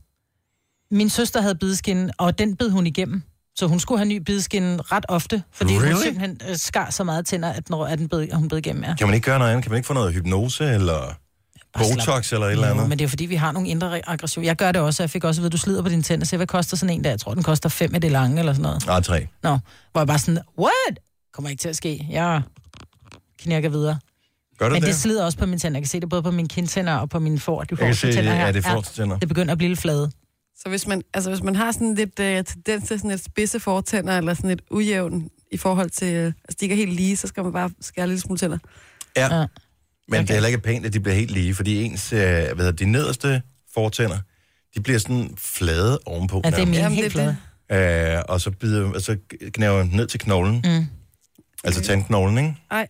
Speaker 3: Min søster havde bideskinne, og den bed hun igennem. Så hun skulle have ny bideskinne ret ofte, fordi hun
Speaker 2: Really?
Speaker 3: simpelthen øh, skar så meget tænder, at, når, at den bed, at hun bed igennem. Ja.
Speaker 2: Kan man ikke gøre noget andet? Kan man ikke få noget hypnose eller
Speaker 3: Bare slap
Speaker 2: Botox eller et eller
Speaker 3: Jo,
Speaker 2: andet?
Speaker 3: men det er jo fordi, vi har nogle indre aggressioner. Jeg gør det også, og jeg fik også at vide, at du slider på dine tænder. Så hvad koster sådan en der? Jeg tror, den koster fem af det lange eller sådan noget.
Speaker 2: Nej, tre.
Speaker 3: Nå, hvor jeg bare sådan, what? Kommer ikke til at ske. Jeg knirker videre.
Speaker 2: Gør det
Speaker 3: Men
Speaker 2: det?
Speaker 3: det slider også på mine tænder. Jeg kan se det både på mine kindtænder og på mine får. Du får
Speaker 2: Jeg kan se,
Speaker 3: tænder her.
Speaker 2: ja, det får tænder.
Speaker 3: det begynder at blive lidt flade.
Speaker 4: Så hvis man, altså, hvis man har sådan lidt øh, tendens til sådan et spidse fortænder, eller sådan lidt ujævn i forhold til, øh, altså de ikke er helt lige, så skal man bare skære lidt smule tænder.
Speaker 2: Ja.
Speaker 3: Ja.
Speaker 2: Men det er
Speaker 3: Okay.
Speaker 2: heller ikke pænt, at de bliver helt lige, fordi ens, øh, hvad hedder, det, de nederste fortænder, de bliver sådan flade ovenpå.
Speaker 3: Ja, Altså, det er
Speaker 2: nærmest.
Speaker 3: mine
Speaker 4: Jamen,
Speaker 3: helt
Speaker 4: det er
Speaker 3: flade.
Speaker 4: det.
Speaker 2: Øh, og så, bider, og så knæver den ned til knoglen. Mm. Altså tandknoglen, ikke?
Speaker 4: Nej.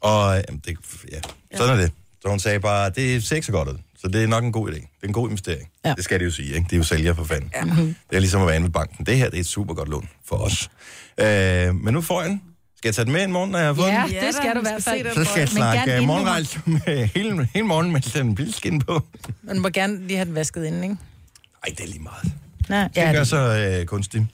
Speaker 2: Og øh, det, ja, sådan er det. Så hun sagde bare, det ser ikke så godt ud. Så det er nok en god idé. Det er en god investering. Ja.
Speaker 3: Ja.
Speaker 2: Det skal det jo sige, ikke? Det er jo sælger for fanden. Ja. Det er ligesom at være inde ved banken. Det her, det er et super godt lån for os. Øh, men nu får jeg den. Skal jeg tage den med en morgen, når jeg har fået
Speaker 3: Ja,
Speaker 2: den?
Speaker 3: det skal du i hvert fald.
Speaker 2: Så skal jeg
Speaker 3: Men gerne
Speaker 2: snakke
Speaker 3: inden
Speaker 2: øh,
Speaker 3: du-
Speaker 2: morgenrejse med hele, hele morgen, mens den bilskin på.
Speaker 3: Man må gerne lige have den vasket inden, ikke?
Speaker 2: Ej, det er lige meget.
Speaker 3: Nej,
Speaker 2: Det
Speaker 3: ja,
Speaker 2: gør
Speaker 3: det,
Speaker 2: så øh, kunstigt.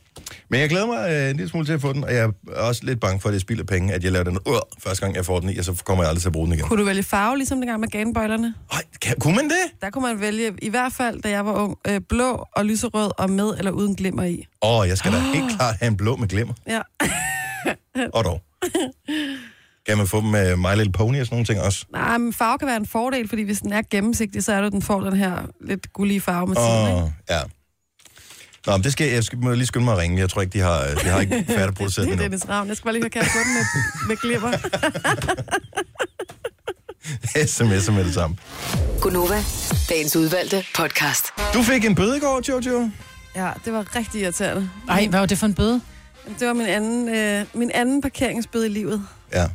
Speaker 2: Men jeg glæder mig øh, en lille smule til at få den, og jeg er også lidt bange for, at det spilder penge, at jeg laver den øh, første gang, jeg får den i, og så kommer jeg aldrig til at bruge den igen.
Speaker 4: Kunne du vælge farve, ligesom dengang med ganebøjlerne?
Speaker 2: Ej, kan, kunne man det?
Speaker 4: Der kunne man vælge, i hvert fald da jeg var ung, øh, blå og lyserød og med eller uden glimmer i.
Speaker 2: Åh, jeg skal da helt klart have en blå med glimmer.
Speaker 4: Ja.
Speaker 2: Og dog. Kan man få dem med My Little Pony og sådan nogle ting også?
Speaker 4: Nej, men farve kan være en fordel, fordi hvis den er gennemsigtig, så er du, den får den her lidt gullige farve med tiden, ikke?
Speaker 2: Åh, ja. Nå, men det skal, jeg skal må lige skynde mig at ringe. Jeg tror ikke, de har, de har ikke færdigproduceret
Speaker 4: Det er
Speaker 2: den endnu.
Speaker 4: Dennis Ravn. Jeg skal bare lige høre, kan jeg få den med, med glimmer?
Speaker 2: SMS'er med det samme.
Speaker 1: Gunova, dagens udvalgte podcast.
Speaker 2: Du fik en bøde i går, Jojo.
Speaker 4: Ja, det var rigtig irriterende.
Speaker 3: Ej, hvad var det for en bøde?
Speaker 4: Det var min anden, øh, min anden parkeringsbøde i livet.
Speaker 2: Ja.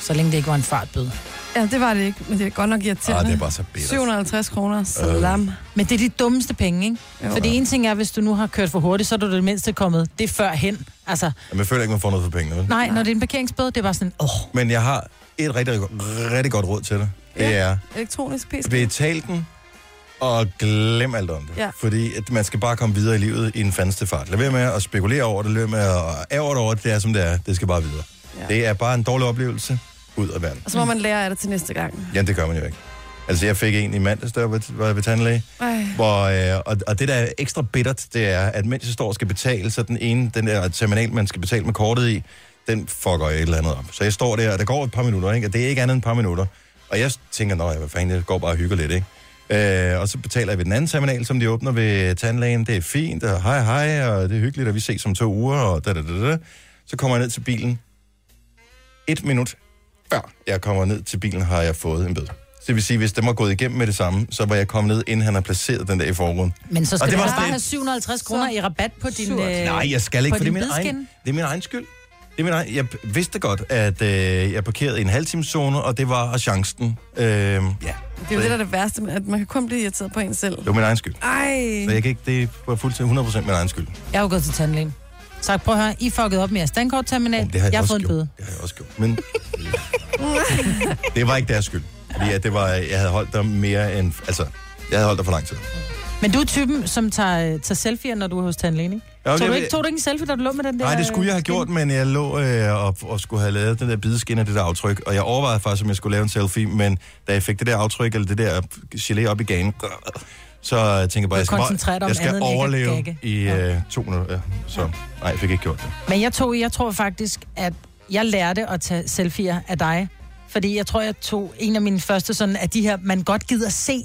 Speaker 3: Så længe det ikke var en fartbøde.
Speaker 4: Ja, det var det ikke, men det er godt nok irriterende.
Speaker 2: Ah, det er bare Øh. så bittert.
Speaker 4: 750 kroner, salam.
Speaker 3: Men det er de dummeste penge, ikke? Jo, Fordi en ting er, hvis du nu har kørt for hurtigt, så er du det mindste kommet det før hen. Altså,
Speaker 2: Men jeg føler ikke, man får noget for pengene. Vel?
Speaker 3: nej, når det er en parkeringsbøde, det er bare sådan, åh, oh,
Speaker 2: Men jeg har et rigtig, rigtig godt råd til dig. Det
Speaker 4: Ja.
Speaker 2: er,
Speaker 4: Elektronisk PC.
Speaker 2: betal den, og glem alt om det.
Speaker 4: Ja.
Speaker 2: Fordi at man skal bare komme videre i livet i en fandeste fart. Lad være med at spekulere over det, lad være med at ære over det, det er som det er. Det skal bare videre. Ja.
Speaker 4: Ja.
Speaker 2: Det er bare en dårlig oplevelse ud af verden.
Speaker 4: Og så må man lære af det til næste gang.
Speaker 2: Ja, det gør man jo ikke. Altså, jeg fik en i mandags, der var var jeg ved tandlæge,
Speaker 4: Ej.
Speaker 2: hvor, øh, og, og det, der er ekstra bittert, det er, at mens jeg står og skal betale, så den ene, den der terminal, man skal betale med kortet i, den fucker et eller andet op. Så jeg står der, og der går et par minutter, ikke? og det er ikke andet end et par minutter. Og jeg tænker, nå, ja, hvad fanden, jeg går bare og hygger lidt, ikke? Øh, og så betaler jeg ved den anden terminal, som de åbner ved tandlægen. Det er fint, og hej hej, og det er hyggeligt, og vi ses om to uger, og da, da, da, da. Så kommer jeg ned til bilen. Et minut før jeg kommer ned til bilen, har jeg fået en bøde. Så det vil sige, hvis den var gået igennem med det samme, så var jeg kommet ned, inden han har placeret den der i forgrunden.
Speaker 3: men så
Speaker 2: Og
Speaker 3: skal
Speaker 2: det
Speaker 3: du
Speaker 2: var
Speaker 3: også
Speaker 2: sådan
Speaker 3: bare
Speaker 2: lidt-
Speaker 3: have 750 kroner i rabat på din... Øh,
Speaker 4: Surt.
Speaker 2: Nej, jeg skal ikke,
Speaker 3: på
Speaker 2: for det er
Speaker 3: din
Speaker 2: min egen,
Speaker 3: bidskin?
Speaker 2: det er min egen skyld. Det er min egen, jeg vidste godt, at øh, jeg parkerede i en halvtimeszone, og det var chancen. Øh, ja,
Speaker 4: Det er jo det, der er det værste, at man kan kun blive irriteret på en selv.
Speaker 2: det var min egen skyld.
Speaker 4: Ej.
Speaker 2: Så jeg kan ikke, det var fuldstændig 100% min egen skyld.
Speaker 3: Jeg har jo gået til tandlægen. Sagt, prøv at høre, I fuckede op med jeres
Speaker 2: Jamen,
Speaker 3: dankortterminal.
Speaker 2: det har jeg,
Speaker 3: jeg har
Speaker 2: også
Speaker 3: fået en
Speaker 2: gjort.
Speaker 3: bøde.
Speaker 2: Det har jeg også gjort. Men det var ikke deres skyld. Fordi at det var, jeg havde holdt dig mere end... Altså, jeg havde holdt dig for lang tid.
Speaker 3: Men du er typen, som tager, øh, tager selfie'er, når du er hos tandlægen, ikke?
Speaker 2: Ja,
Speaker 3: Tog,
Speaker 2: jeg
Speaker 3: du
Speaker 2: ved-
Speaker 3: ikke, tog du ikke en selfie, da du lå med den der...
Speaker 2: Nej, det skulle jeg have
Speaker 3: øh, skin?
Speaker 2: gjort, men jeg lå øh, og, og skulle have lavet den der bideskin af det der aftryk, og jeg overvejede faktisk, om jeg skulle lave en selfie, men da jeg fik det der aftryk, eller det der gelé op i gagen, så jeg tænkte jeg bare,
Speaker 3: Du
Speaker 2: jeg skal,
Speaker 3: koncentrerer dig
Speaker 2: bare,
Speaker 3: om
Speaker 2: jeg skal
Speaker 3: andet end ikke at
Speaker 2: overleve
Speaker 3: gagge.
Speaker 2: i
Speaker 3: Ja.
Speaker 2: øh, to minutter. Ja. Så nej, jeg fik ikke gjort det.
Speaker 3: Men jeg, tog, jeg tror faktisk, at jeg lærte at tage selfies af dig. Fordi jeg tror, jeg tog en af mine første sådan, at de her, man godt gider se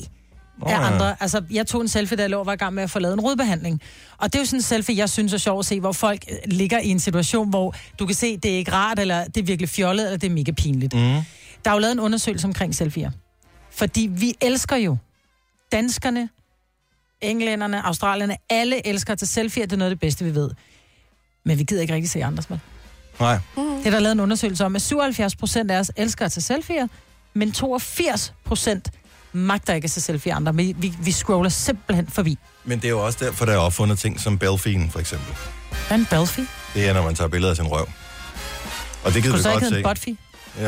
Speaker 3: af
Speaker 2: ja.
Speaker 3: andre. Altså, jeg tog en selfie, da jeg lå og var i gang med at få lavet en rodbehandling. Og det er jo sådan en selfie, jeg synes er sjov at se, hvor folk øh, ligger i en situation, hvor du kan se, det er ikke rart, eller det er virkelig fjollet, eller det er mega pinligt. Mm. Der er jo lavet en undersøgelse omkring selfies. Fordi vi elsker jo danskerne, englænderne, australierne, alle elsker at tage selfies, det er noget af det bedste, vi ved. Men vi gider ikke rigtig se andres med.
Speaker 4: Mm.
Speaker 2: Nej,
Speaker 3: Det er der lavet en undersøgelse om, at 77 procent af os elsker at tage selfies, men 82 procent magter ikke at tage selfie af andre. Vi, vi, vi scroller simpelthen forbi.
Speaker 2: men det er jo også derfor, der er opfundet ting som Belfien, for eksempel.
Speaker 3: Hvad er en belfie?
Speaker 2: Det er, når man tager billeder af sin røv. Og det gider
Speaker 3: Kunne
Speaker 2: vi
Speaker 3: du så ikke
Speaker 2: godt
Speaker 3: hedde en
Speaker 2: se. Øh.
Speaker 3: botfie?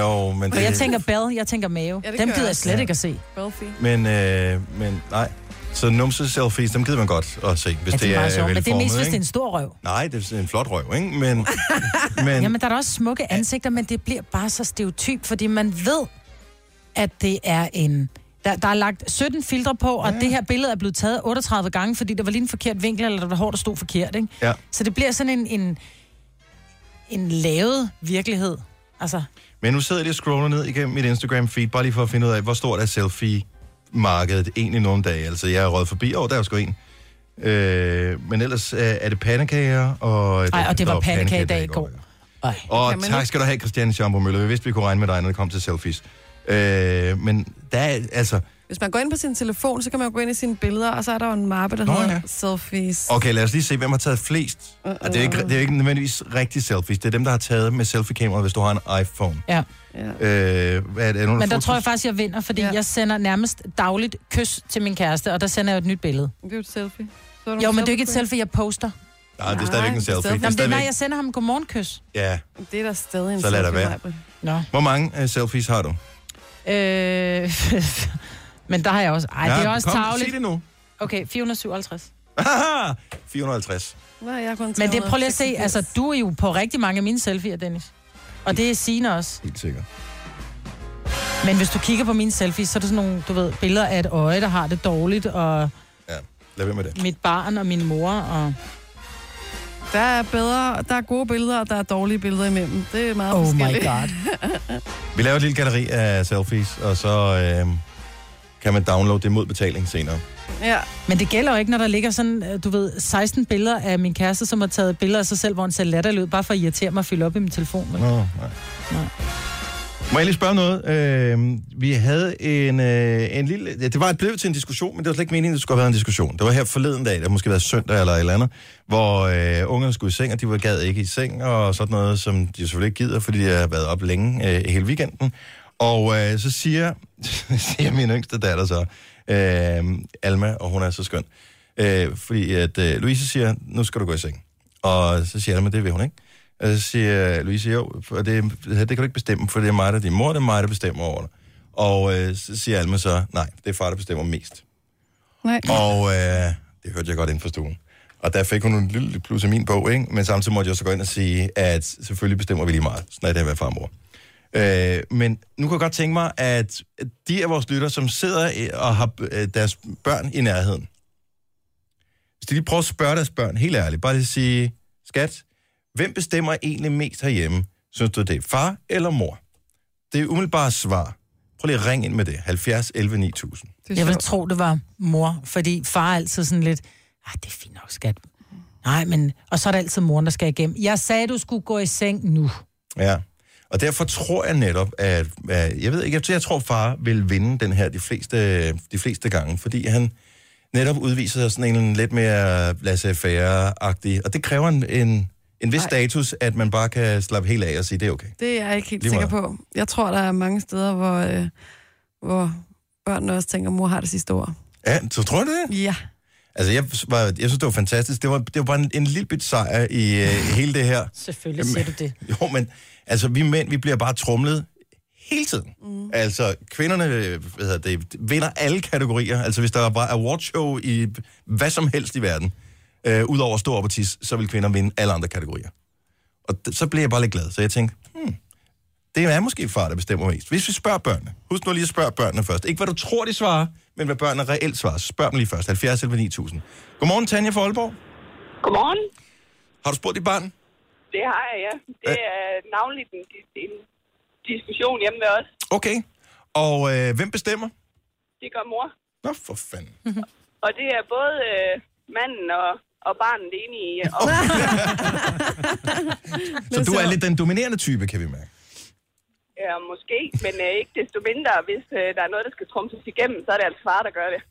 Speaker 2: Jo, men
Speaker 3: For
Speaker 2: det,
Speaker 3: jeg tænker bell, jeg tænker mave.
Speaker 4: Ja, det
Speaker 3: Dem
Speaker 4: gør
Speaker 3: gider
Speaker 4: jeg
Speaker 3: jeg slet
Speaker 2: også.
Speaker 3: ikke at se.
Speaker 4: Wealthy.
Speaker 2: Men, øh, men nej. Så numse-selfies, dem gider man godt at se, hvis
Speaker 3: Ja,
Speaker 2: det,
Speaker 3: det Altså, er meget sjovt,
Speaker 2: velformet.
Speaker 3: men det er mest, hvis
Speaker 2: ikke?
Speaker 3: det er en stor røv.
Speaker 2: Nej, det er sådan en flot røv, ikke? Men, men
Speaker 3: Jamen, der er da også smukke ansigter, men det bliver bare så stereotyp, fordi man ved, at det er en... Der, der er lagt 17 filtre på, og ja. det her billede er blevet taget 38 gange, fordi det var lige en forkert vinkel, eller der var hårdt, der stod forkert, ikke?
Speaker 2: Ja.
Speaker 3: Så det bliver sådan en, en, en lavet virkelighed. Altså,
Speaker 2: Men nu sidder jeg lige og scroller ned igennem mit Instagram-feed, bare lige for at finde ud af, hvor stort er selfie-markedet egentlig nogle dage. Altså, jeg er røget forbi, og der er jo sgu en. Øh, men ellers øh, er det pandekager, og...
Speaker 3: ej, og det var
Speaker 2: Nå,
Speaker 3: pandekage i dag
Speaker 2: pandekagedag
Speaker 3: i går.
Speaker 2: ja.
Speaker 3: Ej.
Speaker 2: Og
Speaker 4: Kan man
Speaker 2: tak
Speaker 4: ikke?
Speaker 2: skal du have, Christiane Schambo Møller. Vi vidste, vi kunne regne med dig, når det kom til selfies. Øh, men der er, altså...
Speaker 4: Hvis man går ind på sin telefon, så kan man jo gå ind i sine billeder, og så er der jo en mappe, der
Speaker 2: Nå,
Speaker 4: Nå, hedder
Speaker 2: ja.
Speaker 4: ja. selfies.
Speaker 2: Okay, lad os lige se, hvem har taget flest. Uh-uh. Det, er ikke, det er ikke nødvendigvis rigtige selfies. Det er dem, der har taget med selfie-kameraet, hvis du har en iPhone.
Speaker 3: Ja.
Speaker 4: Ja.
Speaker 2: Øh, hvad er det? Er nogle
Speaker 3: Men der
Speaker 2: fotos?
Speaker 3: tror jeg faktisk, jeg vinder, fordi ja.
Speaker 4: Ja.
Speaker 3: jeg sender nærmest dagligt kys til min kæreste, og der sender jeg jo et nyt billede.
Speaker 4: Det er jo et selfie. Så er der
Speaker 3: Jo,
Speaker 4: en
Speaker 3: men det er jo ikke et selfie, jeg poster.
Speaker 2: Nej, Ah, det er stadigvæk
Speaker 4: Nej,
Speaker 2: en
Speaker 4: det er
Speaker 2: selfie. Det er
Speaker 3: Jamen, det, nej,
Speaker 2: stadigvæk...
Speaker 3: jeg sender ham en godmorgenkys.
Speaker 2: Ja.
Speaker 4: Det er der stadig en
Speaker 2: Så lad der
Speaker 4: selfie,
Speaker 2: være.
Speaker 4: Maj-Brit.
Speaker 3: Nå.
Speaker 2: Hvor mange uh, selfies har du?
Speaker 3: Øh, men der har jeg også... Ej, ja, det er også
Speaker 2: kom,
Speaker 3: tavligt.
Speaker 2: Sig det nu.
Speaker 3: Okay, 457.
Speaker 2: Haha, 450.
Speaker 4: Nej, jeg er kun
Speaker 3: Men det, prøv lige at se,
Speaker 4: 386.
Speaker 3: altså, du er jo på rigtig mange af mine selfies, Dennis. Og det er Signe også.
Speaker 2: Helt sikkert.
Speaker 3: Men hvis du kigger på mine selfies, så er det sådan nogle, du ved, billeder af et øje, der har det dårligt, og
Speaker 2: Ja, lad være med det.
Speaker 3: mit barn og min mor, og...
Speaker 4: Der er, bedre, der er gode billeder, og der er dårlige billeder imellem. Det er meget
Speaker 3: Oh my
Speaker 4: forskelligt.
Speaker 3: god.
Speaker 2: Vi laver et lille galeri af selfies, og så øh, kan man downloade det mod betaling senere.
Speaker 4: Ja.
Speaker 3: Men det gælder jo ikke, når der ligger sådan, øh, du ved, 16 billeder af min kæreste, som har taget billeder af sig selv, hvor han ser latterlig ud, bare for at irritere mig og fylde op i min telefon. vel?
Speaker 2: Nå, nej. Må jeg lige spørge om noget? Øh, vi havde en, øh, en lille... ja, Det var et blevet til en diskussion, men det var slet ikke meningen, at det skulle have været en diskussion. Det var her forleden dag, det har måske været søndag eller et eller andet, hvor øh, ungerne skulle i seng, og de var gad ikke i seng, og sådan noget, som de selvfølgelig ikke gider, fordi de har været op længe øh, hele weekenden. Og øh, så siger, siger min yngste datter så, øh, Alma, og hun er så skøn, øh, fordi at øh, Louise siger, nu skal du gå i seng. Og så siger Alma, det vil hun ikke. Og så siger Louise, jo, for det, det her, det kan du ikke bestemme, for det er mig, der er din mor, det er mig, der bestemmer over dig. Og øh, så siger Alma så, nej, det er far, der bestemmer mest.
Speaker 4: Nej.
Speaker 2: Og øh, det hørte jeg godt inden for stuen. Og der fik hun en lille plus af min på, ikke? Men samtidig måtte jeg så gå ind og sige, at selvfølgelig bestemmer vi lige meget. Sådan er det at være far og mor. Øh, men nu kan jeg godt tænke mig, at de af vores lytter, som sidder øh, og har øh, deres børn i nærheden, hvis de lige prøver at spørge deres børn, helt ærligt, bare lige sige, skat, hvem bestemmer egentlig mest herhjemme? Synes du, det er far eller mor? Det er umiddelbare svar. Prøv lige at ringe ind med det. 70 11 9000.
Speaker 4: Det
Speaker 3: Jeg
Speaker 4: er
Speaker 3: vil
Speaker 4: sjovt.
Speaker 3: tro, det var mor, fordi far er altid sådan lidt, ah, det er fint nok, skat. Nej, men... Og så er det altid moren, der skal igennem. Jeg sagde, du skulle gå i seng nu.
Speaker 2: Ja. Og derfor tror jeg netop, at, at jeg ved ikke, jeg tror- jeg tror, far vil vinde den her de fleste, de fleste gange, fordi han netop udviser sig sådan en lidt mere laissez-faire-agtig, og det kræver en, en, en vis Ej. status, at man bare kan slappe helt af og sige, det er okay.
Speaker 4: Det er jeg ikke helt
Speaker 2: Lige
Speaker 4: sikker på. Jeg tror, der er mange steder, hvor, øh, hvor børnene også tænker, mor har det sidste ord.
Speaker 2: Ja, så tror du det?
Speaker 4: Ja.
Speaker 2: Altså, jeg, var, jeg synes, det var fantastisk. Det var, det var bare en, en lille bit sejr i øh, hele det her.
Speaker 3: Selvfølgelig siger du det.
Speaker 2: Jo, men altså, vi mænd, vi bliver bare trumlet hele tiden. Mm. Altså, kvinderne øh, hvad hedder det, vinder alle kategorier. Altså, hvis der var awardshow i hvad som helst i verden, øh, udover at stå op og tisse, så vil kvinder vinde alle andre kategorier. Og d- så blev jeg bare lidt glad. Så jeg tænkte, hmm, det er måske far, der bestemmer mest. Hvis vi spørger børnene, husk nu lige at spørge børnene først. Ikke hvad du tror, de svarer, men hvad børnene reelt svarer. Så spørg dem lige først. 70 11 9000. Godmorgen, Tanja fra Aalborg.
Speaker 8: Godmorgen.
Speaker 2: Har du spurgt dit barn?
Speaker 8: Det har jeg, ja. Det er navnligt en, en diskussion hjemme ved os.
Speaker 2: Okay. Og øh, hvem bestemmer?
Speaker 8: Det gør mor.
Speaker 2: Nå, for fanden.
Speaker 8: Og det er både øh, manden og, og barnet enige i. Og
Speaker 2: Så du er lidt den dominerende type, kan vi mærke.
Speaker 8: øh, måske, men øh, ikke desto mindre, hvis øh, der er noget, der skal trumses igennem, så er det altså far, der gør det.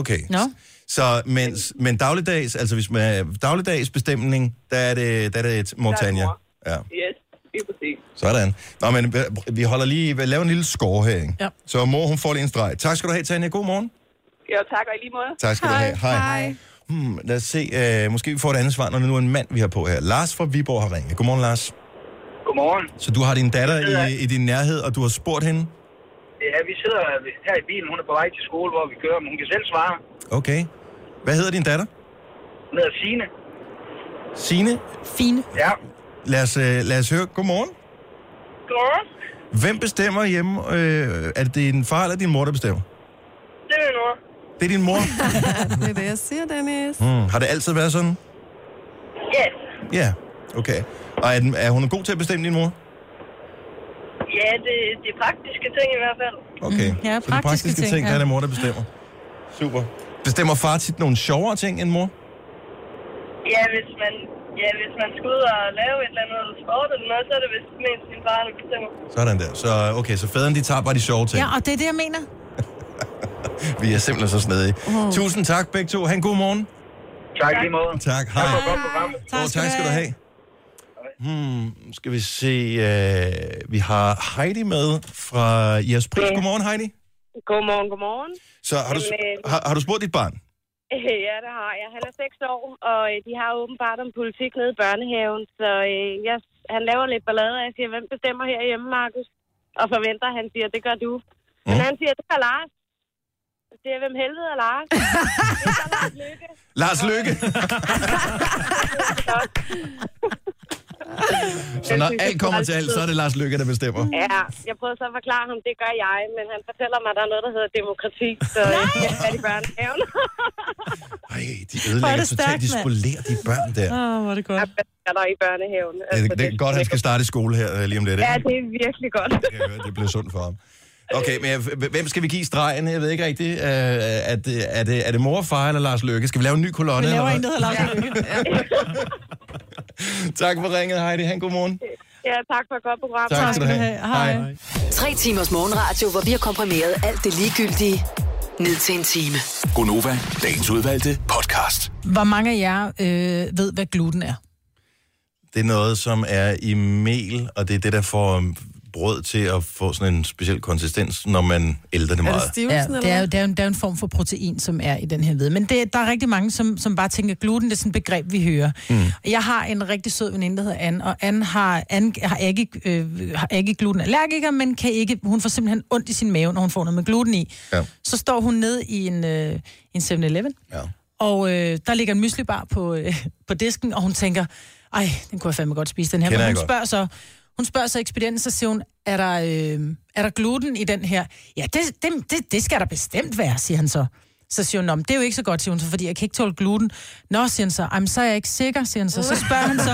Speaker 2: Okay.
Speaker 3: Nå.
Speaker 2: Så, men, men dagligdags, altså hvis man er dagligdags bestemning, der er det, der er det et Montagna.
Speaker 8: mor.
Speaker 2: Ja,
Speaker 8: Yes, lige præcis.
Speaker 2: sådan. Nå, men øh, vi holder lige, vi laver en lille score her, ikke?
Speaker 3: Ja.
Speaker 2: Så mor, hun får lige en streg. Tak skal du have, Tanja. God morgen.
Speaker 8: Jo, tak, og i lige måde.
Speaker 2: Tak skal du have. Hej. Hmm, lad os se, øh, måske vi får et andet svar, når det nu er en mand, vi har på her. Lars fra Viborg har ringet. Godmorgen, Lars.
Speaker 9: Godmorgen.
Speaker 2: Så du har din datter i, i din nærhed, og du har spurgt hende?
Speaker 9: Ja, vi sidder her i bilen. Hun er på vej til skole, hvor vi kører, men hun kan selv svare.
Speaker 2: Okay. Hvad hedder din datter?
Speaker 9: Hun hedder Signe.
Speaker 2: Sine.
Speaker 3: Fine.
Speaker 9: Ja.
Speaker 2: Lad os, øh, lad os høre. Godmorgen.
Speaker 8: Godmorgen.
Speaker 2: Hvem bestemmer hjemme? Øh, er det din far eller din mor, der bestemmer?
Speaker 8: Det er min mor.
Speaker 2: Det er din mor.
Speaker 4: Det er det, jeg siger, Dennis.
Speaker 2: Mm. Har det altid været sådan?
Speaker 8: Yes.
Speaker 2: Ja, okay. Og er, den, er hun god til at bestemme, din mor?
Speaker 8: Ja, det, det er praktiske ting i hvert fald.
Speaker 2: Okay.
Speaker 3: Mm, ja,
Speaker 2: Så de
Speaker 3: praktiske
Speaker 2: praktiske ting,
Speaker 3: ting,
Speaker 2: der er
Speaker 3: ja.
Speaker 2: det mor, der bestemmer. Super. Bestemmer far tit nogle sjovere ting end mor?
Speaker 8: Ja, hvis man, ja, hvis man skal ud og lave et eller andet sport eller noget, så er det vist mest sin far, der bestemmer.
Speaker 2: Sådan der. Så okay, så faderen de tager bare de sjove ting.
Speaker 3: Ja, og det er det, jeg mener.
Speaker 2: Vi er simpelthen så snedige. Mm. Tusind tak begge to. Ha' en god morgen.
Speaker 9: Tak lige måde.
Speaker 2: Tak. Hej. Hej.
Speaker 3: Tak,
Speaker 2: Tak, skal, tak skal du have. Hmm, skal vi se. Øh, vi har Heidi med fra Jes Pris. Godmorgen, Heidi.
Speaker 8: Godmorgen, godmorgen.
Speaker 2: Så har du,
Speaker 8: Jamen, øh,
Speaker 2: har, har du spurgt dit barn?
Speaker 8: Øh, Ja, det har jeg. Han er 6 år, og øh, de har åbenbart om politik nede i børnehaven, så øh, jeg, han laver lidt ballade, og jeg siger, hvem bestemmer herhjemme, Markus? Og forventer, at han siger, det gør du. Men
Speaker 2: Mm.
Speaker 8: han siger, det gør Lars. Så siger jeg, hvem helvede er Lars? det gør Lars Lykke.
Speaker 2: Lars Lykke! så når alt kommer til alt, så er det Lars Lykke, der bestemmer.
Speaker 8: Ja, jeg prøvede så at forklare ham, det gør jeg, men han fortæller mig, at der er noget, der hedder demokrati, så øh, jeg skal have det i børnehaven.
Speaker 2: Ej, de
Speaker 3: Hvor er
Speaker 2: ødelægger
Speaker 3: det
Speaker 2: totalt.
Speaker 3: stærkt,
Speaker 2: De
Speaker 3: mand.
Speaker 2: spolerer de børn der.
Speaker 3: Åh, oh, hvor er det godt.
Speaker 8: Hvad er der i børnehaven?
Speaker 2: Ja, det, det er godt, han skal starte i skole her øh, lige om lidt.
Speaker 8: Ja,
Speaker 2: Ikke?
Speaker 8: det er virkelig godt.
Speaker 2: Jeg kan høre, det bliver sundt for ham. Okay, men jeg- hvem skal vi give stregen? Jeg ved ikke rigtigt. Øh, er, det, er, det, er det mor, far eller Lars Løkke? Skal vi lave en ny kolonne?
Speaker 3: Vi laver
Speaker 2: eller
Speaker 3: en, der
Speaker 2: hvad?
Speaker 3: hedder Lars Lykke.
Speaker 2: Tak for ringet, Heidi. Han, god morgen.
Speaker 8: Ja, tak for et godt program.
Speaker 2: Tak skal du have. Hej.
Speaker 1: Tre timers morgenradio, hvor vi har komprimeret alt det ligegyldige ned til en time.
Speaker 6: Gonova, dagens udvalgte podcast.
Speaker 3: Hvor mange af jer øh, ved, hvad gluten er?
Speaker 2: Det er noget, som er i mel, og det er det, der får brød til at få sådan en speciel konsistens, når man ældrer det meget.
Speaker 3: ja, det er, jo, det, er jo, det er jo en form for protein, som er i den her hvede. Men det, der er rigtig mange, som, som bare tænker, gluten det er sådan et begreb, vi hører. Mm. Jeg har en rigtig sød veninde, der hedder Anne, og Anne har, Anne har ikke, øh, har ikke glutenallergiker, men kan ikke, hun får simpelthen ondt i sin mave, når hun får noget med gluten i.
Speaker 2: Ja.
Speaker 3: Så står hun ned i en, øh, en 7-Eleven,
Speaker 2: ja.
Speaker 3: og øh, der ligger en myslibar på, øh, på disken, og hun tænker, ej, den kunne jeg fandme godt spise, den her.
Speaker 2: Kender
Speaker 3: Men
Speaker 2: jeg
Speaker 3: hun
Speaker 2: godt.
Speaker 3: spørger så, hun spørger så ekspedienten, så siger hun, er der, øh, er der gluten i den her? Ja, det, det, det, det skal der bestemt være, siger han så. Så siger hun, "Nå, men det er jo ikke så godt, siger hun, så, fordi jeg kan ikke tåle gluten. Nå, siger han så, Jamen, så er jeg ikke sikker, siger han så. Så spørger han så,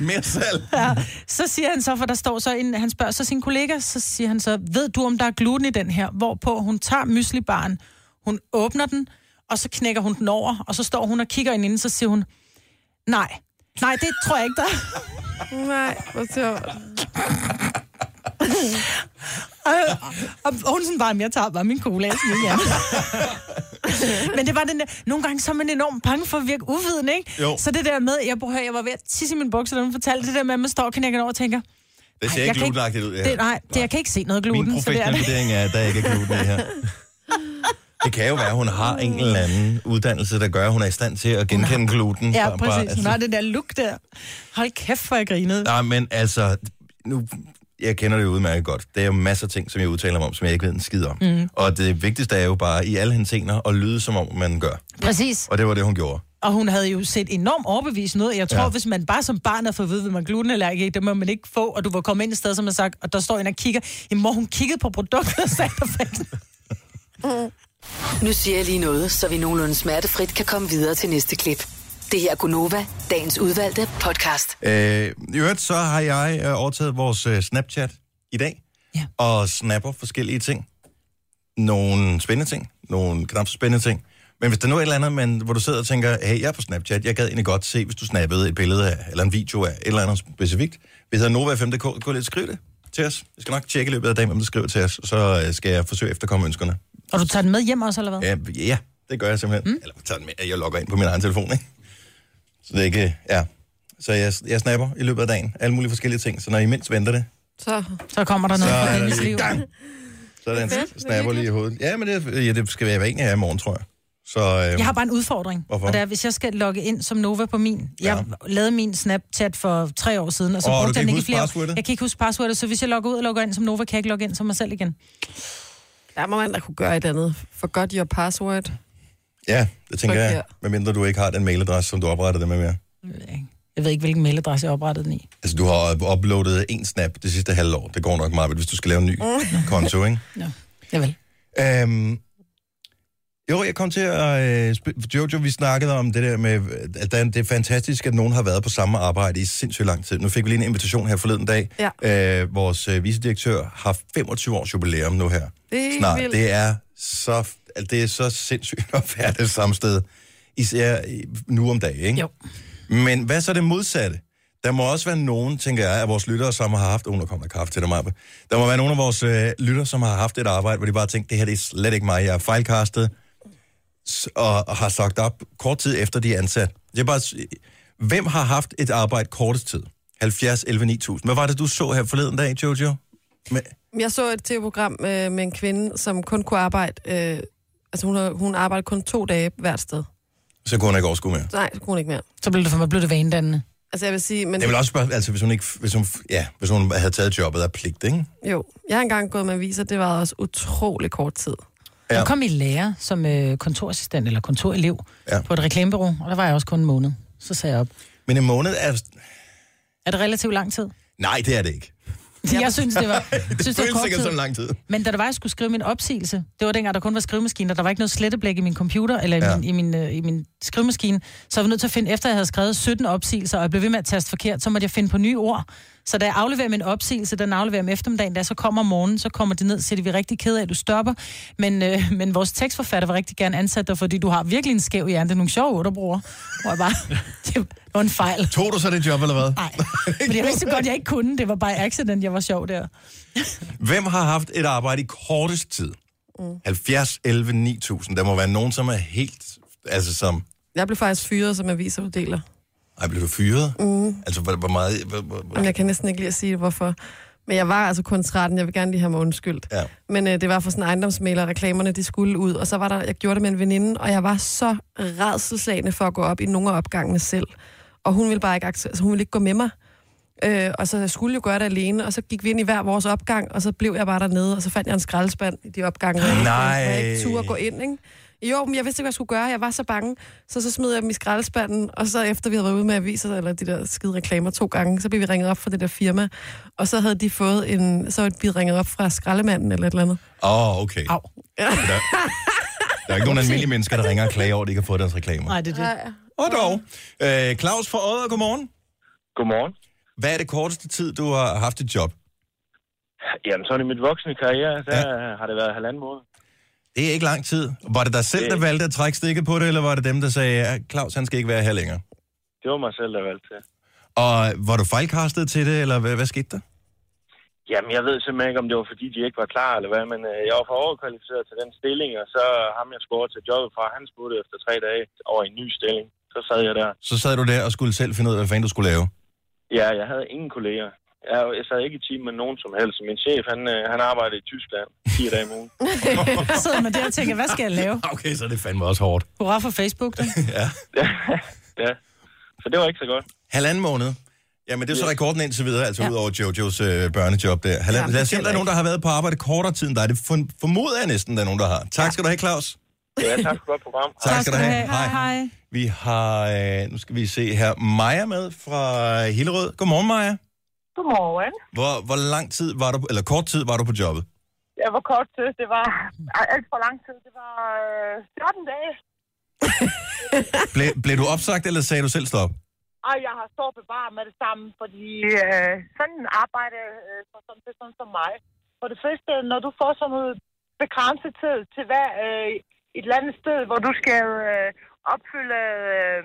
Speaker 2: Mere salt.
Speaker 3: ja, så siger han så, for der står så en, han spørger så sin kollega, så siger han så, ved du, om der er gluten i den her? Hvorpå hun tager myslibaren, hun åbner den, og så knækker hun den over, og så står hun og kigger ind inden, så siger hun, nej, nej, det tror jeg ikke, der er."
Speaker 4: Nej, hvor sjovt.
Speaker 3: Og, og hun sådan bare, "Jamen, jeg tager bare min cola. og sådan, Ja. Men det var den der, nogle gange så er man enormt bange for at virke uviden, ikke?
Speaker 2: Jo.
Speaker 3: Så det der med, jeg, prøv at høre, jeg var ved at tisse i min bukser, da hun fortalte det der med, at man står og knækker den over og tænker,
Speaker 2: Det
Speaker 3: "Ej,
Speaker 2: ser
Speaker 3: jeg
Speaker 2: ikke
Speaker 3: kan
Speaker 2: glutenagtigt ud. det her.
Speaker 3: Det, nej, det, jeg kan ikke se noget gluten,
Speaker 2: Min
Speaker 3: så det er
Speaker 2: professionelle
Speaker 3: det.
Speaker 2: vurdering er, at der ikke er gluten i her. Det kan jo være, at hun har en eller anden uddannelse, der gør, at hun er i stand til at genkende gluten.
Speaker 3: Ja,
Speaker 2: Bare- altså- bare-
Speaker 3: præcis. Hun har det der look der. Hold kæft, hvor jeg grinede.
Speaker 2: Nej, men altså, nu, jeg kender det jo udmærket godt. Der er jo masser af ting, som jeg udtaler mig om, som jeg ikke ved en skid om. Mm. Og det vigtigste er jo bare i alle hensener at lyde, som om man gør.
Speaker 3: Præcis.
Speaker 2: Og det var det, hun gjorde.
Speaker 3: Og hun havde jo set enormt overbevisende ud. Jeg tror,
Speaker 2: Ja.
Speaker 3: ja. hvis man bare som barn havde fået at vide, at man gluten eller ikke, det må man ikke få. Og du var kommet ind et sted, som jeg sagt, og der står en og kigger. Jamen, mor, hun kiggede på produktet og sagde, "Hvad fanden?"
Speaker 1: Nu siger jeg lige noget, så vi nogenlunde smertefrit kan komme videre til næste klip. Det her er Gunova, dagens udvalgte podcast.
Speaker 2: Øh, I øvrigt, så har jeg øh, overtaget vores øh, Snapchat i dag,
Speaker 3: Ja.
Speaker 2: og snapper forskellige ting. Nogle spændende ting, nogle knap så spændende ting. Men hvis der nu er et eller andet, men, hvor du sidder og tænker, hey, jeg er på Snapchat, jeg gad egentlig godt se, hvis du snappede et billede af, eller en video af, et eller andet specifikt. Hvis der er Nova 5.dk, gå lidt skriv det til os. Jeg skal nok tjekke i løbet af dagen, om du skriver til os, og så øh, skal jeg forsøge at efterkomme ønskerne.
Speaker 3: Og du tager den med hjem også, eller hvad?
Speaker 2: Ja, ja det gør jeg simpelthen. Mm. Eller tager den med, at jeg logger ind på min egen telefon, ikke? Så det er ikke, ja. Så jeg, jeg snapper i løbet af dagen alle mulige forskellige ting, så når I mindst venter det,
Speaker 4: Så
Speaker 3: Så kommer der noget
Speaker 2: Så er
Speaker 3: fra
Speaker 2: der
Speaker 3: hendes
Speaker 2: lige
Speaker 3: liv.
Speaker 2: gang. så er der en
Speaker 4: fedt, det er
Speaker 2: snapper lige i hovedet. Ja, men det, ja, det skal være hver en af jer i morgen, tror jeg. Så øh,
Speaker 3: Jeg har bare en udfordring.
Speaker 2: Hvorfor?
Speaker 3: Og det er, hvis jeg skal logge ind som Nova på min. Jeg
Speaker 2: Ja.
Speaker 3: lavede min Snapchat for tre år siden, og så
Speaker 2: Åh, du
Speaker 3: brugte
Speaker 2: kan
Speaker 3: jeg
Speaker 2: ikke
Speaker 3: den ikke i
Speaker 2: huske
Speaker 3: flere år.
Speaker 2: passwordet?
Speaker 3: Jeg kan ikke huske passwordet, så hvis jeg logger ud og logger ind som Nova, kan jeg ikke logge ind som mig selv igen.
Speaker 4: der må man da kunne gøre et andet. Forgot your password.
Speaker 2: ja, det tænker
Speaker 4: Tryk
Speaker 2: jeg.
Speaker 4: her.
Speaker 2: Medmindre du ikke har den mailadresse, som du oprettede det med mere.
Speaker 3: Jeg ved ikke, hvilken mailadresse jeg oprettede den i.
Speaker 2: Altså, du har up- uploadet en snap det sidste halve år. Det går nok meget, hvis du skal lave en ny konto, ikke?
Speaker 3: Ja, vel.
Speaker 2: Øhm, jo, jeg kom til at... Øh, sp- Jojo, vi snakkede om det der med, at der, det er fantastisk, at nogen har været på samme arbejde i sindssygt lang tid. Nu fik vi lige en invitation her forleden dag. Ja. Øh, vores øh, vicedirektør har 25 års jubilæum nu her.
Speaker 4: Det er helt
Speaker 2: Snart.
Speaker 4: vildt.
Speaker 2: Det er, så, altså, det er så sindssygt at være det samme sted. Især i- nu om dagen, ikke?
Speaker 3: Jo.
Speaker 2: Men hvad så det modsatte? Der må også være nogen, tænker jeg, af vores lyttere, som har haft... Oh, nu kommer der kaffe til dig, Marbe. Der må være nogen af vores øh, lyttere, som har haft et arbejde, hvor de bare tænkte, det her det er slet ikke mig, jeg er fejlkastet, s- og, og har sagt op kort tid efter, de er ansat. Det er bare... s- Hvem har haft et arbejde kortest tid? 70, 11, 9000. Hvad var det, du så her forleden dag, Jojo? Med,
Speaker 4: Jeg så et tv-program øh, med en kvinde, som kun kunne arbejde... Øh, altså, hun, har- hun arbejdede kun to dage hvert sted.
Speaker 2: så kunne hun ikke overskue mere.
Speaker 4: Nej, så kunne hun ikke mere.
Speaker 3: Så blev det for mig blev det vanedannende.
Speaker 4: Altså, jeg vil sige... Men,
Speaker 2: Jeg vil også spørge, altså hvis hun ikke, hvis hun, ja, hvis hun havde taget jobbet af pligt, ikke?
Speaker 4: Jo, jeg har engang gået med aviser, det var også utrolig kort tid.
Speaker 2: Ja.
Speaker 3: Ja. Jeg kom i lære som øh, kontorassistent eller kontorelev
Speaker 2: Ja.
Speaker 3: ja. på et reklamebureau, og der var jeg også kun en måned. Så sagde jeg op.
Speaker 2: Men en måned er,
Speaker 3: Er det relativt lang tid?
Speaker 2: nej, det er det ikke.
Speaker 3: Jeg synes, det var, synes, det var
Speaker 2: føles
Speaker 3: kort
Speaker 2: sikkert
Speaker 3: tid.
Speaker 2: som lang tid.
Speaker 3: Men da det var, jeg skulle skrive min opsigelse, det var dengang, der kun var skriveblæk, der var ikke noget sletteblæk i min computer, eller i, ja. min, i, min, øh, i min skrivemaskine, så jeg var nødt til at finde, efter jeg havde skrevet 17 opsigelser, og jeg blev ved med at taste forkert, så måtte jeg finde på nye ord. Så da jeg afleverer min opsigelse, den afleverer om eftermiddagen, da jeg så kommer om morgenen, så kommer de ned og siger, at vi er rigtig ked af, at du stopper. Men, øh, men vores tekstforfatter vil rigtig gerne ansætte dig, fordi du har virkelig en skæv hjerne. Det er nogle sjove ord, du bruger. Hvor jeg bare, det var en fejl.
Speaker 10: Tog du så det job, eller hvad?
Speaker 3: Nej, men det var så godt, jeg ikke kunne. Det var bare accident, jeg var sjov der.
Speaker 2: Hvem har haft et arbejde i kortest tid? Mm. 70, 11, 9000. Der må være nogen, som er helt... Altså som...
Speaker 4: Jeg blev faktisk fyret som avisuddeler.
Speaker 2: Ej, blev du fyret?
Speaker 4: Mm.
Speaker 2: Altså, hvor, hvor meget... Hvor, hvor, hvor-
Speaker 4: Jamen, jeg kan næsten ikke lige at sige, hvorfor. Men jeg var altså kun 13, jeg vil gerne lige have mig undskyldt.
Speaker 2: Ja.
Speaker 4: Men øh, det var for sådan en ejendomsmægler, reklamerne de skulle ud, og så var der, jeg gjorde det med en veninde, og jeg var så redselslagende for at gå op i nogle af opgangene selv. Og hun ville bare ikke, acce- altså, hun ville ikke gå med mig. Øh, og så jeg skulle jo gøre det alene, og så gik vi ind i hver vores opgang, og så blev jeg bare dernede, og så fandt jeg en skraldespand i de opgange, hvor jeg ikke-
Speaker 2: Nej.
Speaker 4: hvor jeg ikke turde at gå ind, ikke? Jo, men jeg vidste ikke, hvad jeg skulle gøre. Jeg var så bange. Så så smed jeg dem i skraldespanden, og så efter vi havde været ude med aviser, eller de der skide reklamer to gange, så blev vi ringet op fra det der firma, og så havde de fået en... Så var vi ringet op fra skraldemanden eller et eller andet.
Speaker 2: Åh, oh, okay.
Speaker 3: Au.
Speaker 2: Der, der er ikke nogen almindelige mennesker, der ringer og klager over, at de ikke har fået deres reklamer.
Speaker 3: Nej, det er det.
Speaker 2: Og dog. Øh, Claus fra Odder, godmorgen.
Speaker 11: Godmorgen.
Speaker 2: Hvad er det korteste tid, du har haft et job?
Speaker 11: Jamen, sådan i mit voksne karriere, der ja. har det været halvanden måned.
Speaker 2: Det er ikke lang tid. Var det dig selv, der valgte at trække stikket på det, eller var det dem, der sagde, at Claus, han skal ikke være her længere?
Speaker 11: Det var mig selv, der valgte det.
Speaker 2: Og var du fejlkastet til det, eller hvad, hvad skete der?
Speaker 11: Jamen, jeg ved simpelthen ikke, om det var, fordi de ikke var klar eller hvad, men øh, jeg var for overkvalificeret til den stilling, og så ham, jeg skulle over til jobbet fra, han smuttede efter tre dage over i en ny stilling. Så sad jeg der.
Speaker 2: Så sad du der og skulle selv finde ud af, hvad fanden du skulle lave.
Speaker 11: Ja, jeg havde ingen kolleger. Jeg, jeg sad ikke i team med nogen som helst. Min chef, han, øh, han arbejdede i Tyskland fire dage om ugen.
Speaker 3: Så sidder man der og tænker, hvad skal jeg lave?
Speaker 2: Okay, så er det fandme også hårdt.
Speaker 3: Hurra for Facebook, da.
Speaker 11: Ja, så det var ikke så godt.
Speaker 2: Halvanden måned. Jamen, det er jo så rekorden indtil videre, altså ja. ud over Jojos øh, børnejob der. Halvanden.
Speaker 11: Jamen,
Speaker 2: Lad os
Speaker 11: det
Speaker 2: se, om der er nogen, der har været på arbejde kortere tid end dig. Det for, formoder jeg næsten, der er nogen, der har. Tak skal du have, Claus.
Speaker 11: Ja, tak for et godt program.
Speaker 2: Tak skal du have.
Speaker 3: Hej, hej.
Speaker 2: Vi har, øh, nu skal vi se her, Maja med fra Hillerød. Godmorgen, Maja.
Speaker 12: Godmorgen.
Speaker 2: Hvor, hvor lang tid var du, på- eller kort tid var du på jobbet?
Speaker 12: Jeg var kort tid. Det var ej, alt for lang tid. Det var øh, 14 dage.
Speaker 2: Ble, blev du opsagt, eller sagde du selv stop?
Speaker 12: Og jeg har stået bevaret med det samme, fordi øh, sådan en arbejde øh, for sådan, til sådan som mig. For det første, når du får sådan noget begrænset tid til hver øh, et eller andet sted, hvor du skal øh, opfylde øh,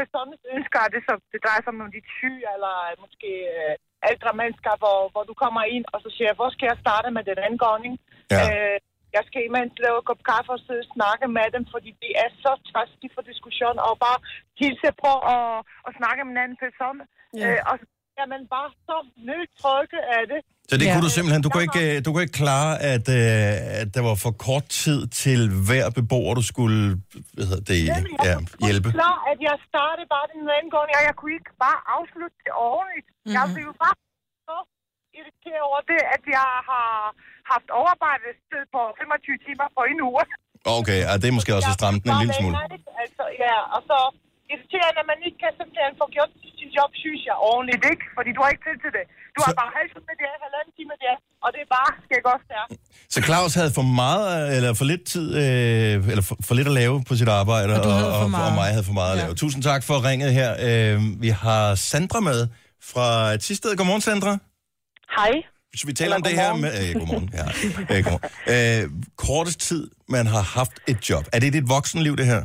Speaker 12: personens ønsker, og det, så, det drejer sig om nogle af de ty, eller måske øh, ældre mennesker, hvor, hvor du kommer ind, og så siger jeg, hvor skal jeg starte med den angående? Ja. Øh, jeg skal imens lave en kop kaffe og sidde og snakke med dem, fordi det er så træstigt for diskussion, og bare hilse på og, og snakke med en anden person.
Speaker 13: Ja.
Speaker 12: Øh, og så er man bare så nødtrykket af det.
Speaker 2: Så det ja. kunne du simpelthen, du kunne ikke, øh, du kunne ikke klare, at, øh, at der var for kort tid til hver beboer, du skulle hvad hedder det, ja, hjælpe.
Speaker 12: Klar, at jeg startede bare den angående, og jeg kunne ikke bare afslutte det ordentligt. Mm-hmm. Jeg blev bare så irriteret over det, at jeg har haft overarbejdet tid på 25 timer på en uge.
Speaker 2: Okay, og det er måske også at stramme den en
Speaker 12: Bare
Speaker 2: lille smule.
Speaker 12: længere, ikke? Altså, ja, og så irriterende, at man ikke kan simpelthen få gjort sin job, synes jeg, ordentligt, ikke? Fordi du har ikke tid til det. Du har bare halv time med det, halvanden time med det, og det er bare, skal jeg godt stærkt.
Speaker 2: Så Claus havde for meget, eller for lidt tid, øh, eller for, for lidt at lave på sit arbejde, og, og, og, og mig havde for meget at lave. Tusind tak for ringet her. Øh, vi har Sandra med fra Tisted. Godmorgen, Sandra.
Speaker 13: Hej.
Speaker 2: Så vi taler om det her med... Øh, godmorgen. Ja, øh, godmorgen. Øh, kortest tid, man har haft et job. Er det dit voksenliv, det her?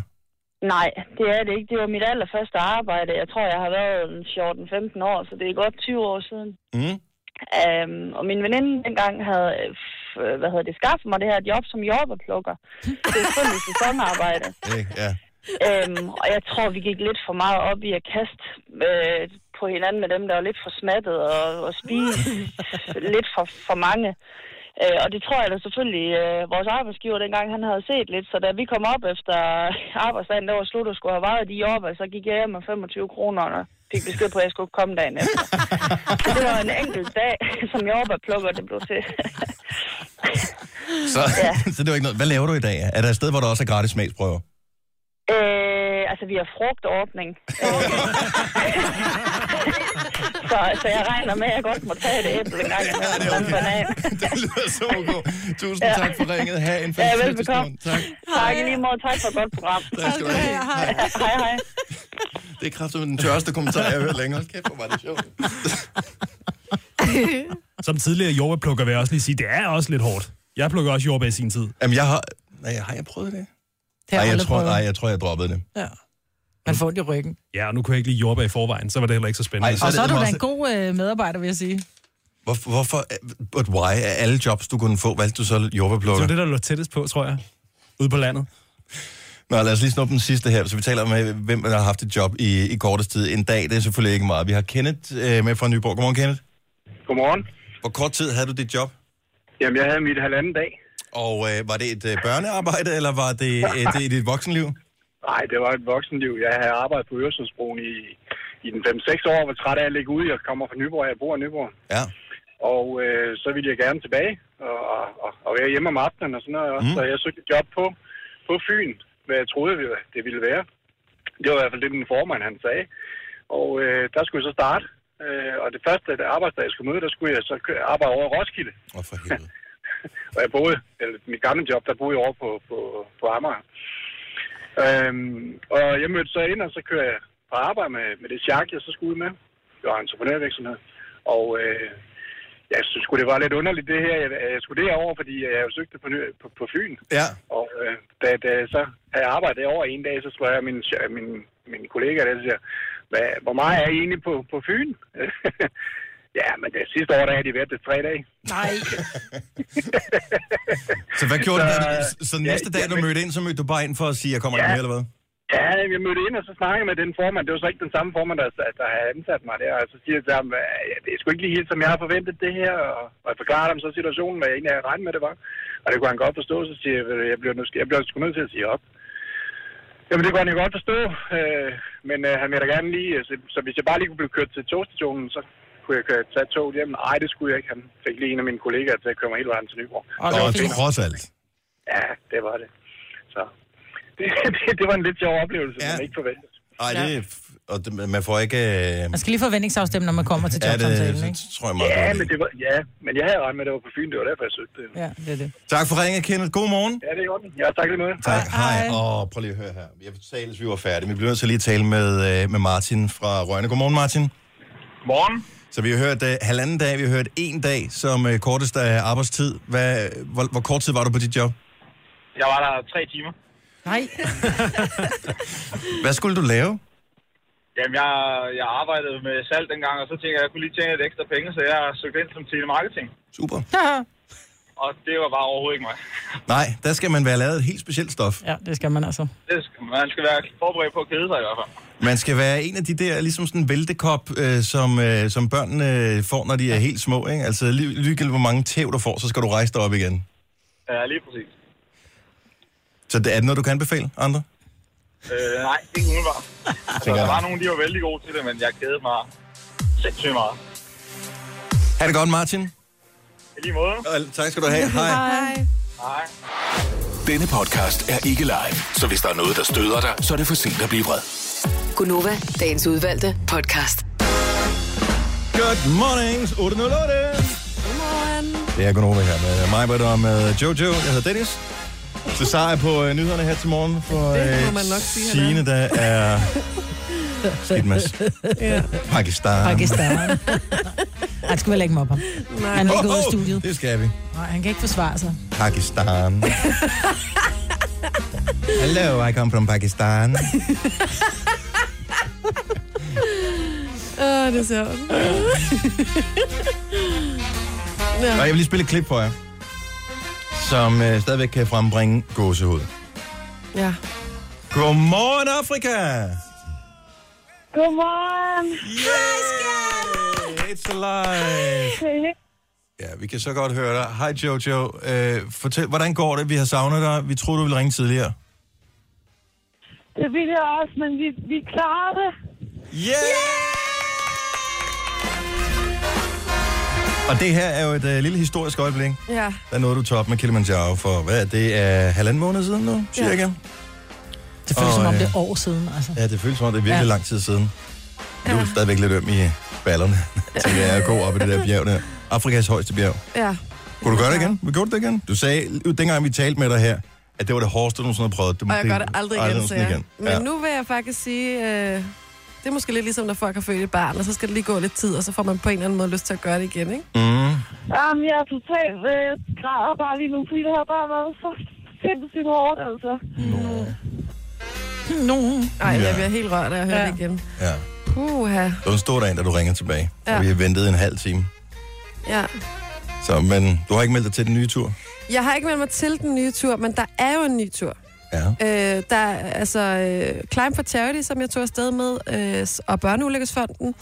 Speaker 13: Nej, det er det ikke. Det var mit allerførste arbejde. Jeg tror, jeg har været en 14-15 år, så det er godt 20 år siden.
Speaker 2: Mm.
Speaker 13: Um, og min veninde dengang havde øh, f- øh, hvad hedder det, skaffet mig det her job som jordbærplukker. Det er selvfølgelig sæsonarbejde.
Speaker 2: Ikke? Ja.
Speaker 13: Øhm, og jeg tror, vi gik lidt for meget op i at kaste øh, på hinanden med dem, der var lidt for smattet og, og spise lidt for, for mange. Øh, og det tror jeg da selvfølgelig, øh, vores arbejdsgiver dengang, han havde set lidt. Så da vi kom op efter arbejdsdagen, der var slut og skulle have vejet de jobber, så gik jeg hjem med 25 kroner og fik besked på, at jeg skulle komme dagen efter. Så det var en enkelt dag, som jordbærplukker det blev til.
Speaker 2: Så, ja. så det var ikke noget. Hvad laver du i dag? Er der et sted, hvor der også er gratis smagsprøver?
Speaker 13: Øh, altså, altså via frugtordning. Øh, så, så jeg regner med, at jeg godt må tage et æble en gang imellem. Ja, det er okay.
Speaker 2: det lyder så okay. Tusind ja. tak for ringet. Ha' en
Speaker 13: Ja,
Speaker 2: fantastisk
Speaker 13: velbekomme.
Speaker 2: morgen. Tak.
Speaker 13: Tak i lige måde. Tak for et godt program.
Speaker 2: Tak skal du have.
Speaker 13: Hej, hej. hej.
Speaker 2: Det er kraftigt den tørste kommentar, jeg har hørt længere. Hold Kæft, hvor var det sjovt.
Speaker 5: Som tidligere jordbærplukker vil jeg også lige sige, det er også lidt hårdt. Jeg plukker også jordbær i sin tid.
Speaker 2: Jamen, jeg har... Nej, har jeg prøvet det?
Speaker 3: Det har
Speaker 2: Ej, jeg
Speaker 3: aldrig
Speaker 2: tror,
Speaker 3: prøvet.
Speaker 2: nej, jeg tror, jeg droppede det.
Speaker 3: Ja. Man får det i ryggen.
Speaker 5: Ja, og nu kunne jeg ikke lide jordbær i forvejen, så var det heller ikke så spændende.
Speaker 2: Ej,
Speaker 3: Og så er du da en god øh, medarbejder, vil jeg sige.
Speaker 2: Hvor, hvorfor... But why? Af alle jobs, du kunne få, valgte du så
Speaker 5: Det var
Speaker 2: jordbærplukker?
Speaker 5: det, der lå tættest på, tror jeg. Ude på landet.
Speaker 2: Nå, lad os lige snuppe den sidste her, så vi taler om, øh, hvem der har haft et job i, i kortest tid. En dag, det er selvfølgelig ikke meget. Vi har Kenneth øh, med fra Nyborg. Godmorgen, Kenneth.
Speaker 9: Godmorgen.
Speaker 2: Hvor kort tid havde du dit job?
Speaker 9: Jamen, jeg havde mit halvanden dag.
Speaker 2: Og øh, var det et øh, børnearbejde, eller var det øh, det i dit voksenliv?
Speaker 9: Nej, det var et voksenliv. Jeg havde arbejdet på Øresundsbroen i, i den 5-6 år, og var træt af at ligge ude. Jeg kommer fra Nyborg, jeg bor i Nyborg.
Speaker 2: Ja.
Speaker 9: Og øh, så ville jeg gerne tilbage og, og, og- og være hjemme om aftenen og sådan noget. Mm.
Speaker 2: Mm.
Speaker 9: Så jeg søgte et job på, på Fyn, hvad jeg troede ville- det ville være. Det var i hvert fald det, min formand han sagde. Og øh, der skulle jeg så starte. Øh, og det første at arbejdsdag, jeg skulle møde, der skulle jeg så kø- arbejde over i Roskilde.
Speaker 2: Og for helvede.
Speaker 9: og jeg boede, eller mit gamle job, der boede jeg over på, på, på Amager. Øhm, og jeg mødte så ind, og så kører jeg på arbejde med, med det chak, jeg så skulle ud med. Jeg var entreprenørvirksomhed. Og øh, jeg synes sgu, det var lidt underligt det her. Jeg, jeg skulle derover, fordi jeg jo søgte på, ny- på, på Fyn.
Speaker 2: Ja.
Speaker 9: Og øh, da, da jeg så havde arbejdet derovre en dag, så spørger jeg min, min, min kollega, der så siger, Hvad, hvor meget er I egentlig på, på Fyn? ja, men det sidste år, der havde de været det tre dage.
Speaker 3: Nej.
Speaker 2: Så hvad gjorde så, du? da
Speaker 9: Så-
Speaker 2: du- Så næste
Speaker 9: ja,
Speaker 2: dag, du
Speaker 9: men-
Speaker 2: mødte ind, så mødte du bare ind for at sige, jeg kommer
Speaker 9: Ja.
Speaker 2: ikke mere, eller hvad?
Speaker 9: Ja, jeg mødte ind, og så snakkede jeg med den formand. Det var så ikke den samme formand, der, der havde ansat mig der. Og så siger jeg til ham, at ja, det er sgu ikke lige helt, som jeg har forventet det her. Og, og jeg forklarer ham så situationen, hvad jeg egentlig havde regnet med, det var. Og det kunne han godt forstå. Så siger jeg, "Ved du, jeg bliver, nødt- jeg bliver sgu nødt til at sige op. Jamen, det kunne han jo godt forstå. Øh, men øh, han ville da gerne lige... Så, så hvis jeg bare lige kunne blive kørt til togstationen, så kunne jeg køre, tage toget hjem. Nej, det skulle jeg ikke. Han fik lige en af mine kollegaer til at køre mig hele vejen til Nyborg.
Speaker 2: Og trods alt.
Speaker 9: Ja, det var det. Så det, det, det var en lidt sjov oplevelse, ja. man ikke forventede.
Speaker 2: Nej, det er... f- Og det, man får ikke... Øh,
Speaker 3: Man skal lige forventningsafstemme, når man kommer til
Speaker 2: er
Speaker 3: jobsamtalen,
Speaker 2: det,
Speaker 3: ikke?
Speaker 2: så tror jeg meget,
Speaker 9: Ja,
Speaker 2: det var
Speaker 9: men
Speaker 2: det.
Speaker 9: det var, ja, men jeg havde regnet med, at det var på Fyn. Det var derfor, jeg søgte det.
Speaker 3: Ja, det er det.
Speaker 2: Tak for ringen, Kenneth. God morgen.
Speaker 9: Ja, det er godt. Ja, tak lige med.
Speaker 2: Tak, hej. Og prøv lige at høre her. Jeg fortalte, hvis vi var færdige. men Vi bliver nødt til lige at tale med, øh, med Martin fra Rønne. Godmorgen, Martin.
Speaker 9: Morgen.
Speaker 2: Så vi har hørt øh, halvanden dag, vi har hørt en dag som øh, korteste øh, arbejdstid. Hvad, hvor, hvor kort tid var du på dit job?
Speaker 10: Jeg var der tre timer.
Speaker 3: Nej.
Speaker 2: Hvad skulle du lave?
Speaker 10: Jamen, jeg, jeg arbejdede med salg dengang, og så tænkte jeg, at jeg kunne lige tjene lidt ekstra penge, så jeg søgte ind som telemarketing.
Speaker 2: Super.
Speaker 10: Og det var bare overhovedet ikke mig.
Speaker 2: Nej, der skal man være lavet et helt specielt stof.
Speaker 3: Ja, det skal man altså.
Speaker 10: Det skal, man skal være forberedt på at kede sig i hvert fald.
Speaker 2: Man skal være en af de der, ligesom sådan en væltekop, øh, som, øh, som børnene øh, får, når de er helt små. Ikke? Altså, lige- ligegyldigt hvor mange tæv du får, så skal du rejse dig op igen.
Speaker 10: Ja, lige præcis.
Speaker 2: Så det er det noget, du kan anbefale andre?
Speaker 10: Øh, nej, ikke umiddelbart. Altså,
Speaker 2: Tænker
Speaker 10: der
Speaker 2: jeg.
Speaker 10: var nogen, de var vældig gode til det, men jeg kædede mig sindssygt meget.
Speaker 2: Ha' det godt, Martin.
Speaker 10: I lige måde.
Speaker 2: tak skal du have. Hej.
Speaker 10: Hej. Hej.
Speaker 6: Denne podcast er ikke live, så hvis der er noget, der støder dig, så er det for sent at blive vred.
Speaker 1: Gunova, dagens udvalgte podcast.
Speaker 2: Good morning, 8.08. Det er Gunova her med mig, Britt, og med Jojo. Jeg hedder Dennis. Cesar er på øh, nyhederne her til morgen for
Speaker 4: Det må
Speaker 2: øh,
Speaker 4: man nok sige, han er.
Speaker 2: Signe, der er skidt mas.
Speaker 4: Ja.
Speaker 2: Pakistan.
Speaker 3: Pakistan. Han skal vi lægge mig op ham.
Speaker 4: Nej.
Speaker 3: Han er ikke ude af
Speaker 2: Åh,
Speaker 3: studiet.
Speaker 2: Det skal vi.
Speaker 3: Nej, han kan ikke forsvare sig.
Speaker 2: Pakistan. Hello, I come from Pakistan.
Speaker 4: Åh, det er sjovt.
Speaker 2: Og jeg vil lige spille et klip for jer, som øh, stadigvæk kan frembringe gåsehud.
Speaker 4: Ja.
Speaker 2: Godmorgen, Afrika!
Speaker 14: Godmorgen.
Speaker 2: Hej, skat! It's alive! Ja, vi kan så godt høre dig. Hej Jojo. Øh, fortæl, hvordan går det? Vi har savnet dig. Vi troede, du ville ringe tidligere.
Speaker 14: Det vil jeg også, men vi, vi klarer det.
Speaker 2: Yeah! Og det her er jo et øh, lille historisk øjeblik.
Speaker 4: Ja.
Speaker 2: Der nåede du top med Kilimanjaro for, hvad er det, er halvanden måned siden nu, cirka?
Speaker 3: Det føles
Speaker 2: Og,
Speaker 3: som om
Speaker 2: øh,
Speaker 3: det er år siden, altså.
Speaker 2: Ja, det føles som om, det er virkelig ja.
Speaker 3: Ja.
Speaker 2: lang tid siden. Du er stadigvæk lidt øm i ballerne, til jeg er god op i det der bjerg der. Afrikas højeste bjerg.
Speaker 4: Ja.
Speaker 2: Kunne du gøre det igen? Vi gjorde det igen. Du sagde, øh, dengang vi talte med dig her, at det var det hårdeste, du nogensinde har prøvet. Det,
Speaker 4: Og jeg gør det aldrig igen, så
Speaker 2: nogensinde
Speaker 4: jeg. Men
Speaker 2: Ja.
Speaker 4: nu vil jeg faktisk sige, øh, det er måske lidt ligesom, når folk har født et barn, og så skal det lige gå lidt tid, og så får man på en eller anden måde lyst til at gøre det igen, ikke?
Speaker 2: Mm.
Speaker 14: Jamen, jeg er totalt øh, græder bare lige nu, fordi det har bare været så sindssygt hårdt, altså.
Speaker 3: No.
Speaker 4: Ej,
Speaker 2: Mm-hmm. Ja.
Speaker 4: jeg bliver helt rørt, af jeg hører ja. det igen.
Speaker 2: Ja.
Speaker 4: Puha.
Speaker 2: Det var en stor dag, da du ringede tilbage. Ja.
Speaker 4: Ja.
Speaker 2: Og vi har ventet en halv time.
Speaker 4: Ja.
Speaker 2: Så, men du har ikke meldt dig til den nye tur?
Speaker 4: Jeg har ikke meldt mig til den nye tur, men der er jo en ny tur.
Speaker 2: Ja.
Speaker 4: Øh, der er altså øh, Climb for Charity, som jeg tog afsted med, øh, s- og Børneulykkesfonden,
Speaker 2: Mm-hmm.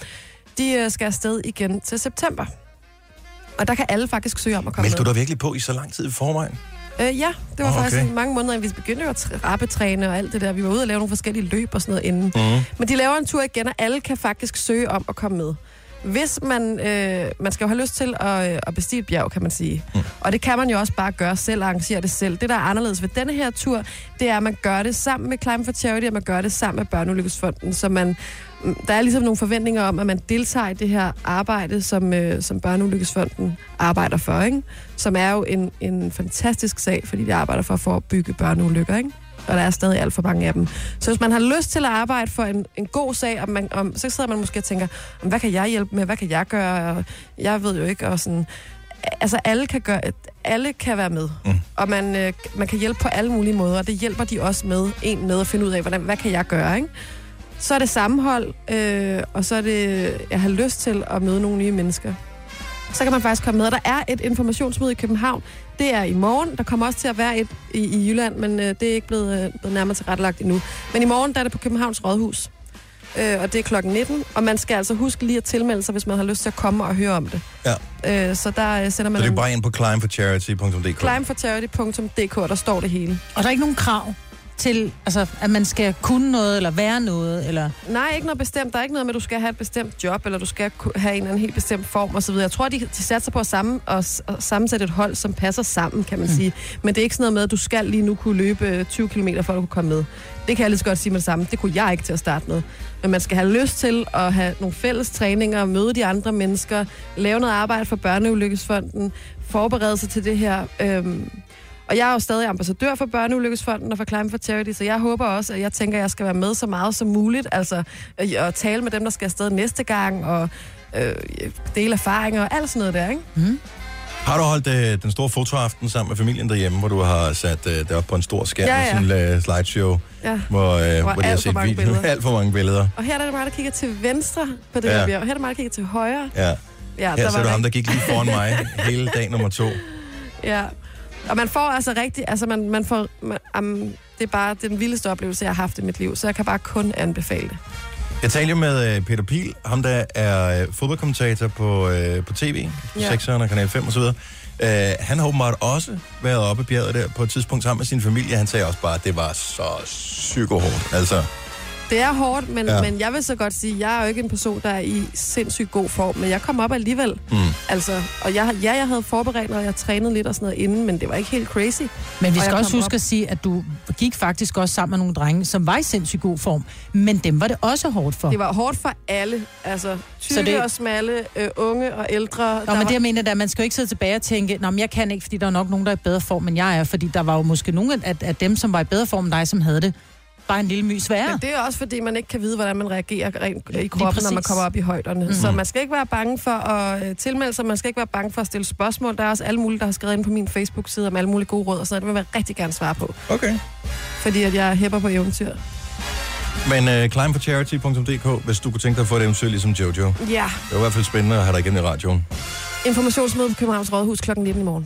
Speaker 4: de øh, skal afsted igen til september. Og der kan alle faktisk søge om at komme
Speaker 2: Meldte
Speaker 4: med.
Speaker 2: du dig virkelig på i så lang tid i forvejen?
Speaker 4: Øh, ja, det var
Speaker 2: Åh,
Speaker 4: oh,
Speaker 2: okay.
Speaker 4: faktisk okay. mange måneder, inden vi begyndte jo at tra- rappetræne og alt det der. Vi var ude og lave nogle forskellige løb og sådan noget inden.
Speaker 2: Mm.
Speaker 4: Men de laver en tur igen, og alle kan faktisk søge om at komme med. Hvis man, øh, man skal jo have lyst til at, øh, at bestige et bjerg, kan man sige. Mm. Og det kan man jo også bare gøre selv, arrangere det selv. Det, der er anderledes ved denne her tur, det er, at man gør det sammen med Climb for Charity, og man gør det sammen med Børneulykkesfonden, så man mm, der er ligesom nogle forventninger om, at man deltager i det her arbejde, som, øh, som Børneulykkesfonden arbejder for, ikke? som er jo en, en fantastisk sag, fordi de arbejder for at forebygge børneulykker. Ikke? og der er stadig alt for mange af dem. Så hvis man har lyst til at arbejde for en, en god sag, og man, om, så sidder man måske og tænker, "Om, hvad kan jeg hjælpe med, hvad kan jeg gøre, og jeg ved jo ikke, og sådan... Altså, alle kan, gøre, alle kan være med, mm. og man, øh, man kan hjælpe på alle mulige måder, og det hjælper de også med, en med at finde ud af, hvordan, hvad kan jeg gøre, ikke? Så er det sammenhold, øh, og så er det, jeg har lyst til at møde nogle nye mennesker så kan man faktisk komme med. Og Der er et informationsmøde i København. Det er i morgen. Der kommer også til at være et i, i Jylland, men øh, det er ikke blevet, øh, blevet nærmere tilrettelagt endnu. Men i morgen der er det på Københavns Rådhus, øh, og det er klokken 19. Og man skal altså huske lige at tilmelde sig, hvis man har lyst til at komme og høre om det.
Speaker 2: Ja.
Speaker 4: Øh, så der øh, sender
Speaker 2: Så
Speaker 4: man
Speaker 2: det er
Speaker 4: en
Speaker 2: bare ind på climbforcharity.dk.
Speaker 4: climbforcharity.dk, og der står det hele.
Speaker 3: Og der er ikke nogen krav til, altså, at man skal kunne noget, eller være noget, eller...
Speaker 4: Nej, ikke noget bestemt. Der er ikke noget med, at du skal have et bestemt job, eller du skal ku- have en eller anden helt bestemt form osv. Jeg tror, de, de satser på at, sammen, at, s- at sammensætte et hold, som passer sammen, kan man mm. sige. Men det er ikke sådan noget med, at du skal lige nu kunne løbe øh, 20 km, for at du kan komme med. Det kan jeg lige så godt sige med det samme. Det kunne jeg ikke til at starte med. Men man skal have lyst til at have nogle fælles træninger, møde de andre mennesker, lave noget arbejde for Børneulykkesfonden, forberede sig til det her. Øhm, og jeg er jo stadig ambassadør for Børneulykkesfonden og for Climb for Charity, så jeg håber også, at jeg tænker, at jeg skal være med så meget som muligt, altså øh, og tale med dem, der skal afsted næste gang, og øh, dele erfaringer og alt sådan noget der, ikke?
Speaker 3: Mm.
Speaker 2: Har du holdt øh, den store fotoaften sammen med familien derhjemme, hvor du har sat øh, det op på en stor skærm
Speaker 4: Ja,
Speaker 2: ja, ja.
Speaker 4: ja.
Speaker 2: med sådan en øh, slideshow,
Speaker 4: Ja.
Speaker 2: hvor, øh,
Speaker 4: Hvor
Speaker 2: hvor de har
Speaker 4: alt for
Speaker 2: set
Speaker 4: mange
Speaker 2: videoer.
Speaker 4: billeder.
Speaker 2: alt for mange billeder.
Speaker 4: Og her er det mig, der kigger til venstre på det
Speaker 2: Ja.
Speaker 4: ja. her bjerg, og her er det mig, der kigger til højre.
Speaker 2: Ja.
Speaker 4: Ja,
Speaker 2: ja
Speaker 4: der
Speaker 2: Her ser
Speaker 4: var
Speaker 2: du ham,
Speaker 4: rigtig-
Speaker 2: der gik lige foran mig hele dag nummer to.
Speaker 4: Ja. Og man får altså rigtig, altså man, man får, man, um, det er bare den vildeste oplevelse, jeg har haft i mit liv, så jeg kan bare kun anbefale det.
Speaker 2: Jeg talte jo med øh, Peter Pil, ham der er øh, fodboldkommentator på, øh, på tv, på
Speaker 4: Ja.
Speaker 2: ja. 6'eren og Kanal 5 osv. Uh, han har åbenbart også været oppe i bjerget der på et tidspunkt sammen med sin familie. Han sagde også bare, at det var så psykohårdt. Altså,
Speaker 4: Det er hårdt, men,
Speaker 2: Ja.
Speaker 4: ja. men jeg vil så godt sige, at jeg er jo ikke en person, der er i sindssygt god form, men jeg kom op alligevel.
Speaker 2: Mm.
Speaker 4: Altså, og jeg, ja, jeg havde forberedt mig, og jeg trænede lidt og sådan noget inden, men det var ikke helt crazy.
Speaker 3: Men vi
Speaker 4: Og
Speaker 3: skal
Speaker 4: jeg
Speaker 3: også
Speaker 4: kom
Speaker 3: huske at sige, at du gik faktisk også sammen med nogle drenge, som var i sindssygt god form, men dem var det også hårdt for.
Speaker 4: Op. Det var hårdt for alle, altså tykke
Speaker 3: det-
Speaker 4: det... og smalle, øh, unge og ældre.
Speaker 3: Nå, men det jeg mener, det er, at man skal jo ikke sidde tilbage og tænke, Nå, men jeg kan ikke, fordi der er nok nogen, der er i bedre form, end jeg er. Fordi der var jo måske nogen af, af dem, som var i bedre form end dig, som havde det. Bare en lille mys værre.
Speaker 4: Men det er også, fordi man ikke kan vide, hvordan man reagerer rent i kroppen, når man
Speaker 3: præcis.
Speaker 4: kommer op i højderne. Mm. Så man skal ikke være bange for at øh, tilmelde sig, man skal ikke være bange for at stille spørgsmål. Der er også alle mulige, der har skrevet ind på min Facebook-side om alle mulige gode råd og sådan noget. Det vil jeg rigtig gerne svare på,
Speaker 2: okay.
Speaker 4: fordi at jeg hæpper på eventyr.
Speaker 2: Men uh, climbforcharity.dk, hvis du kunne tænke dig at få et eventyr ligesom Jojo. Det
Speaker 4: Ja,
Speaker 2: var i hvert fald spændende at have dig igen i radioen.
Speaker 4: informationsmøde på Københavns Rådhus kl. 19 i morgen.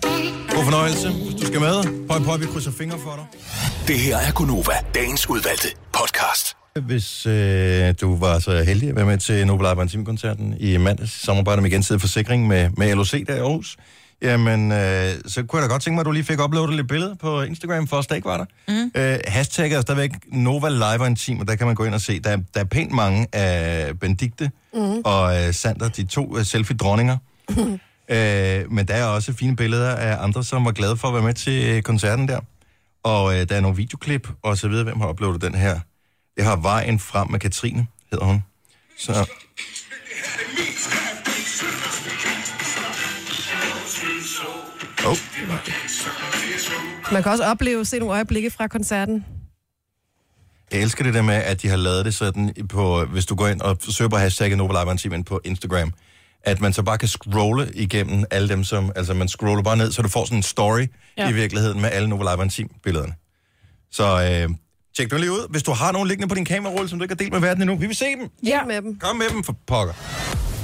Speaker 2: God fornøjelse. Hvis du skal med, høj på, vi krydser fingre for dig.
Speaker 6: Det her er Gunova, dagens udvalgte podcast.
Speaker 2: Hvis øh, du var så heldig at være med til Nobel Arbejde koncerten i mandags, i samarbejde med Gensidig Forsikring med, med LOC der i Aarhus, jamen, øh, så kunne jeg da godt tænke mig, at du lige fik uploadet lidt billede på Instagram for os, der ikke var der. Mm. Øh, hashtagget er stadigvæk Nova Live en time, og der kan man gå ind og se. Der, er- der er pænt mange af Benedikte mm. og øh, Sander, de to øh, selfie-dronninger. øh, men der er også fine billeder af andre, som var glade for at være med til øh, koncerten der. Og øh, der er nogle videoklip, og så videre, hvem har uploadet den her. Det har Vejen frem med Katrine, hedder hun. Så... Oh.
Speaker 4: Man kan også opleve se nogle øjeblikke fra koncerten.
Speaker 2: Jeg elsker det der med, at de har lavet det sådan på, hvis du går ind og søger på hashtagget Nobelarbejdstimmen på Instagram, at man så bare kan scrolle igennem alle dem, som, altså man scroller bare ned, så du får sådan en story
Speaker 15: Ja.
Speaker 2: ja. i virkeligheden med alle Nobelarbejdstim-billederne. Så øh, tjek dem lige ud. Hvis du har nogen liggende på din kamerarulle, som du ikke har delt med verden endnu, vi vil se dem.
Speaker 4: Ja. med dem.
Speaker 2: Kom med dem for pokker.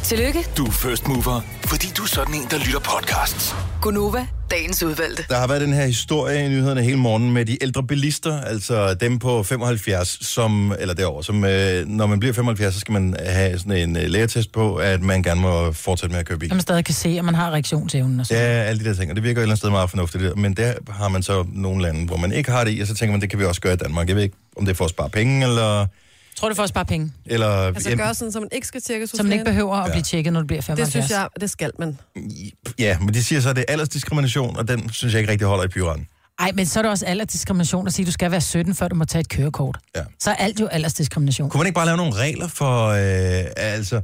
Speaker 1: Tillykke,
Speaker 2: Du er first mover, fordi du er sådan en, der lytter podcasts.
Speaker 1: Gunova, dagens udvalgte.
Speaker 2: Der har været den her historie i nyhederne hele morgen med de ældre bilister, altså dem på 75, som, eller derovre, som øh, når man bliver 75, så skal man have sådan en øh, lægetest på, at man gerne må fortsætte med at køre bil.
Speaker 3: At man stadig kan se, at man har reaktionsevnen og
Speaker 2: Ja,
Speaker 3: sådan
Speaker 2: alle de der ting, og det virker et eller andet sted meget fornuftigt, det der. men der har man så nogle lande, hvor man ikke har det i, og så tænker man, det kan vi også gøre i Danmark. Jeg ved ikke, om det er for at spare penge, eller...
Speaker 3: noget. Tror du for at spare penge?
Speaker 2: eller
Speaker 4: Altså
Speaker 2: jamen,
Speaker 4: gøre sådan, så man ikke skal tjekkes hos
Speaker 3: Som man ikke
Speaker 4: lægen.
Speaker 3: behøver at blive tjekket, når du bliver
Speaker 4: Det
Speaker 3: 75.
Speaker 4: synes jeg, det skal man.
Speaker 2: Ja, men de siger så, at det er aldersdiskrimination, og den synes jeg ikke rigtig holder i pyren.
Speaker 3: Ej, men så er det også aldersdiskrimination at sige, at du skal være 17, før du må tage et kørekort.
Speaker 2: Ja.
Speaker 3: Så er alt jo aldersdiskrimination.
Speaker 2: Kunne man ikke bare lave nogle regler for, øh, altså,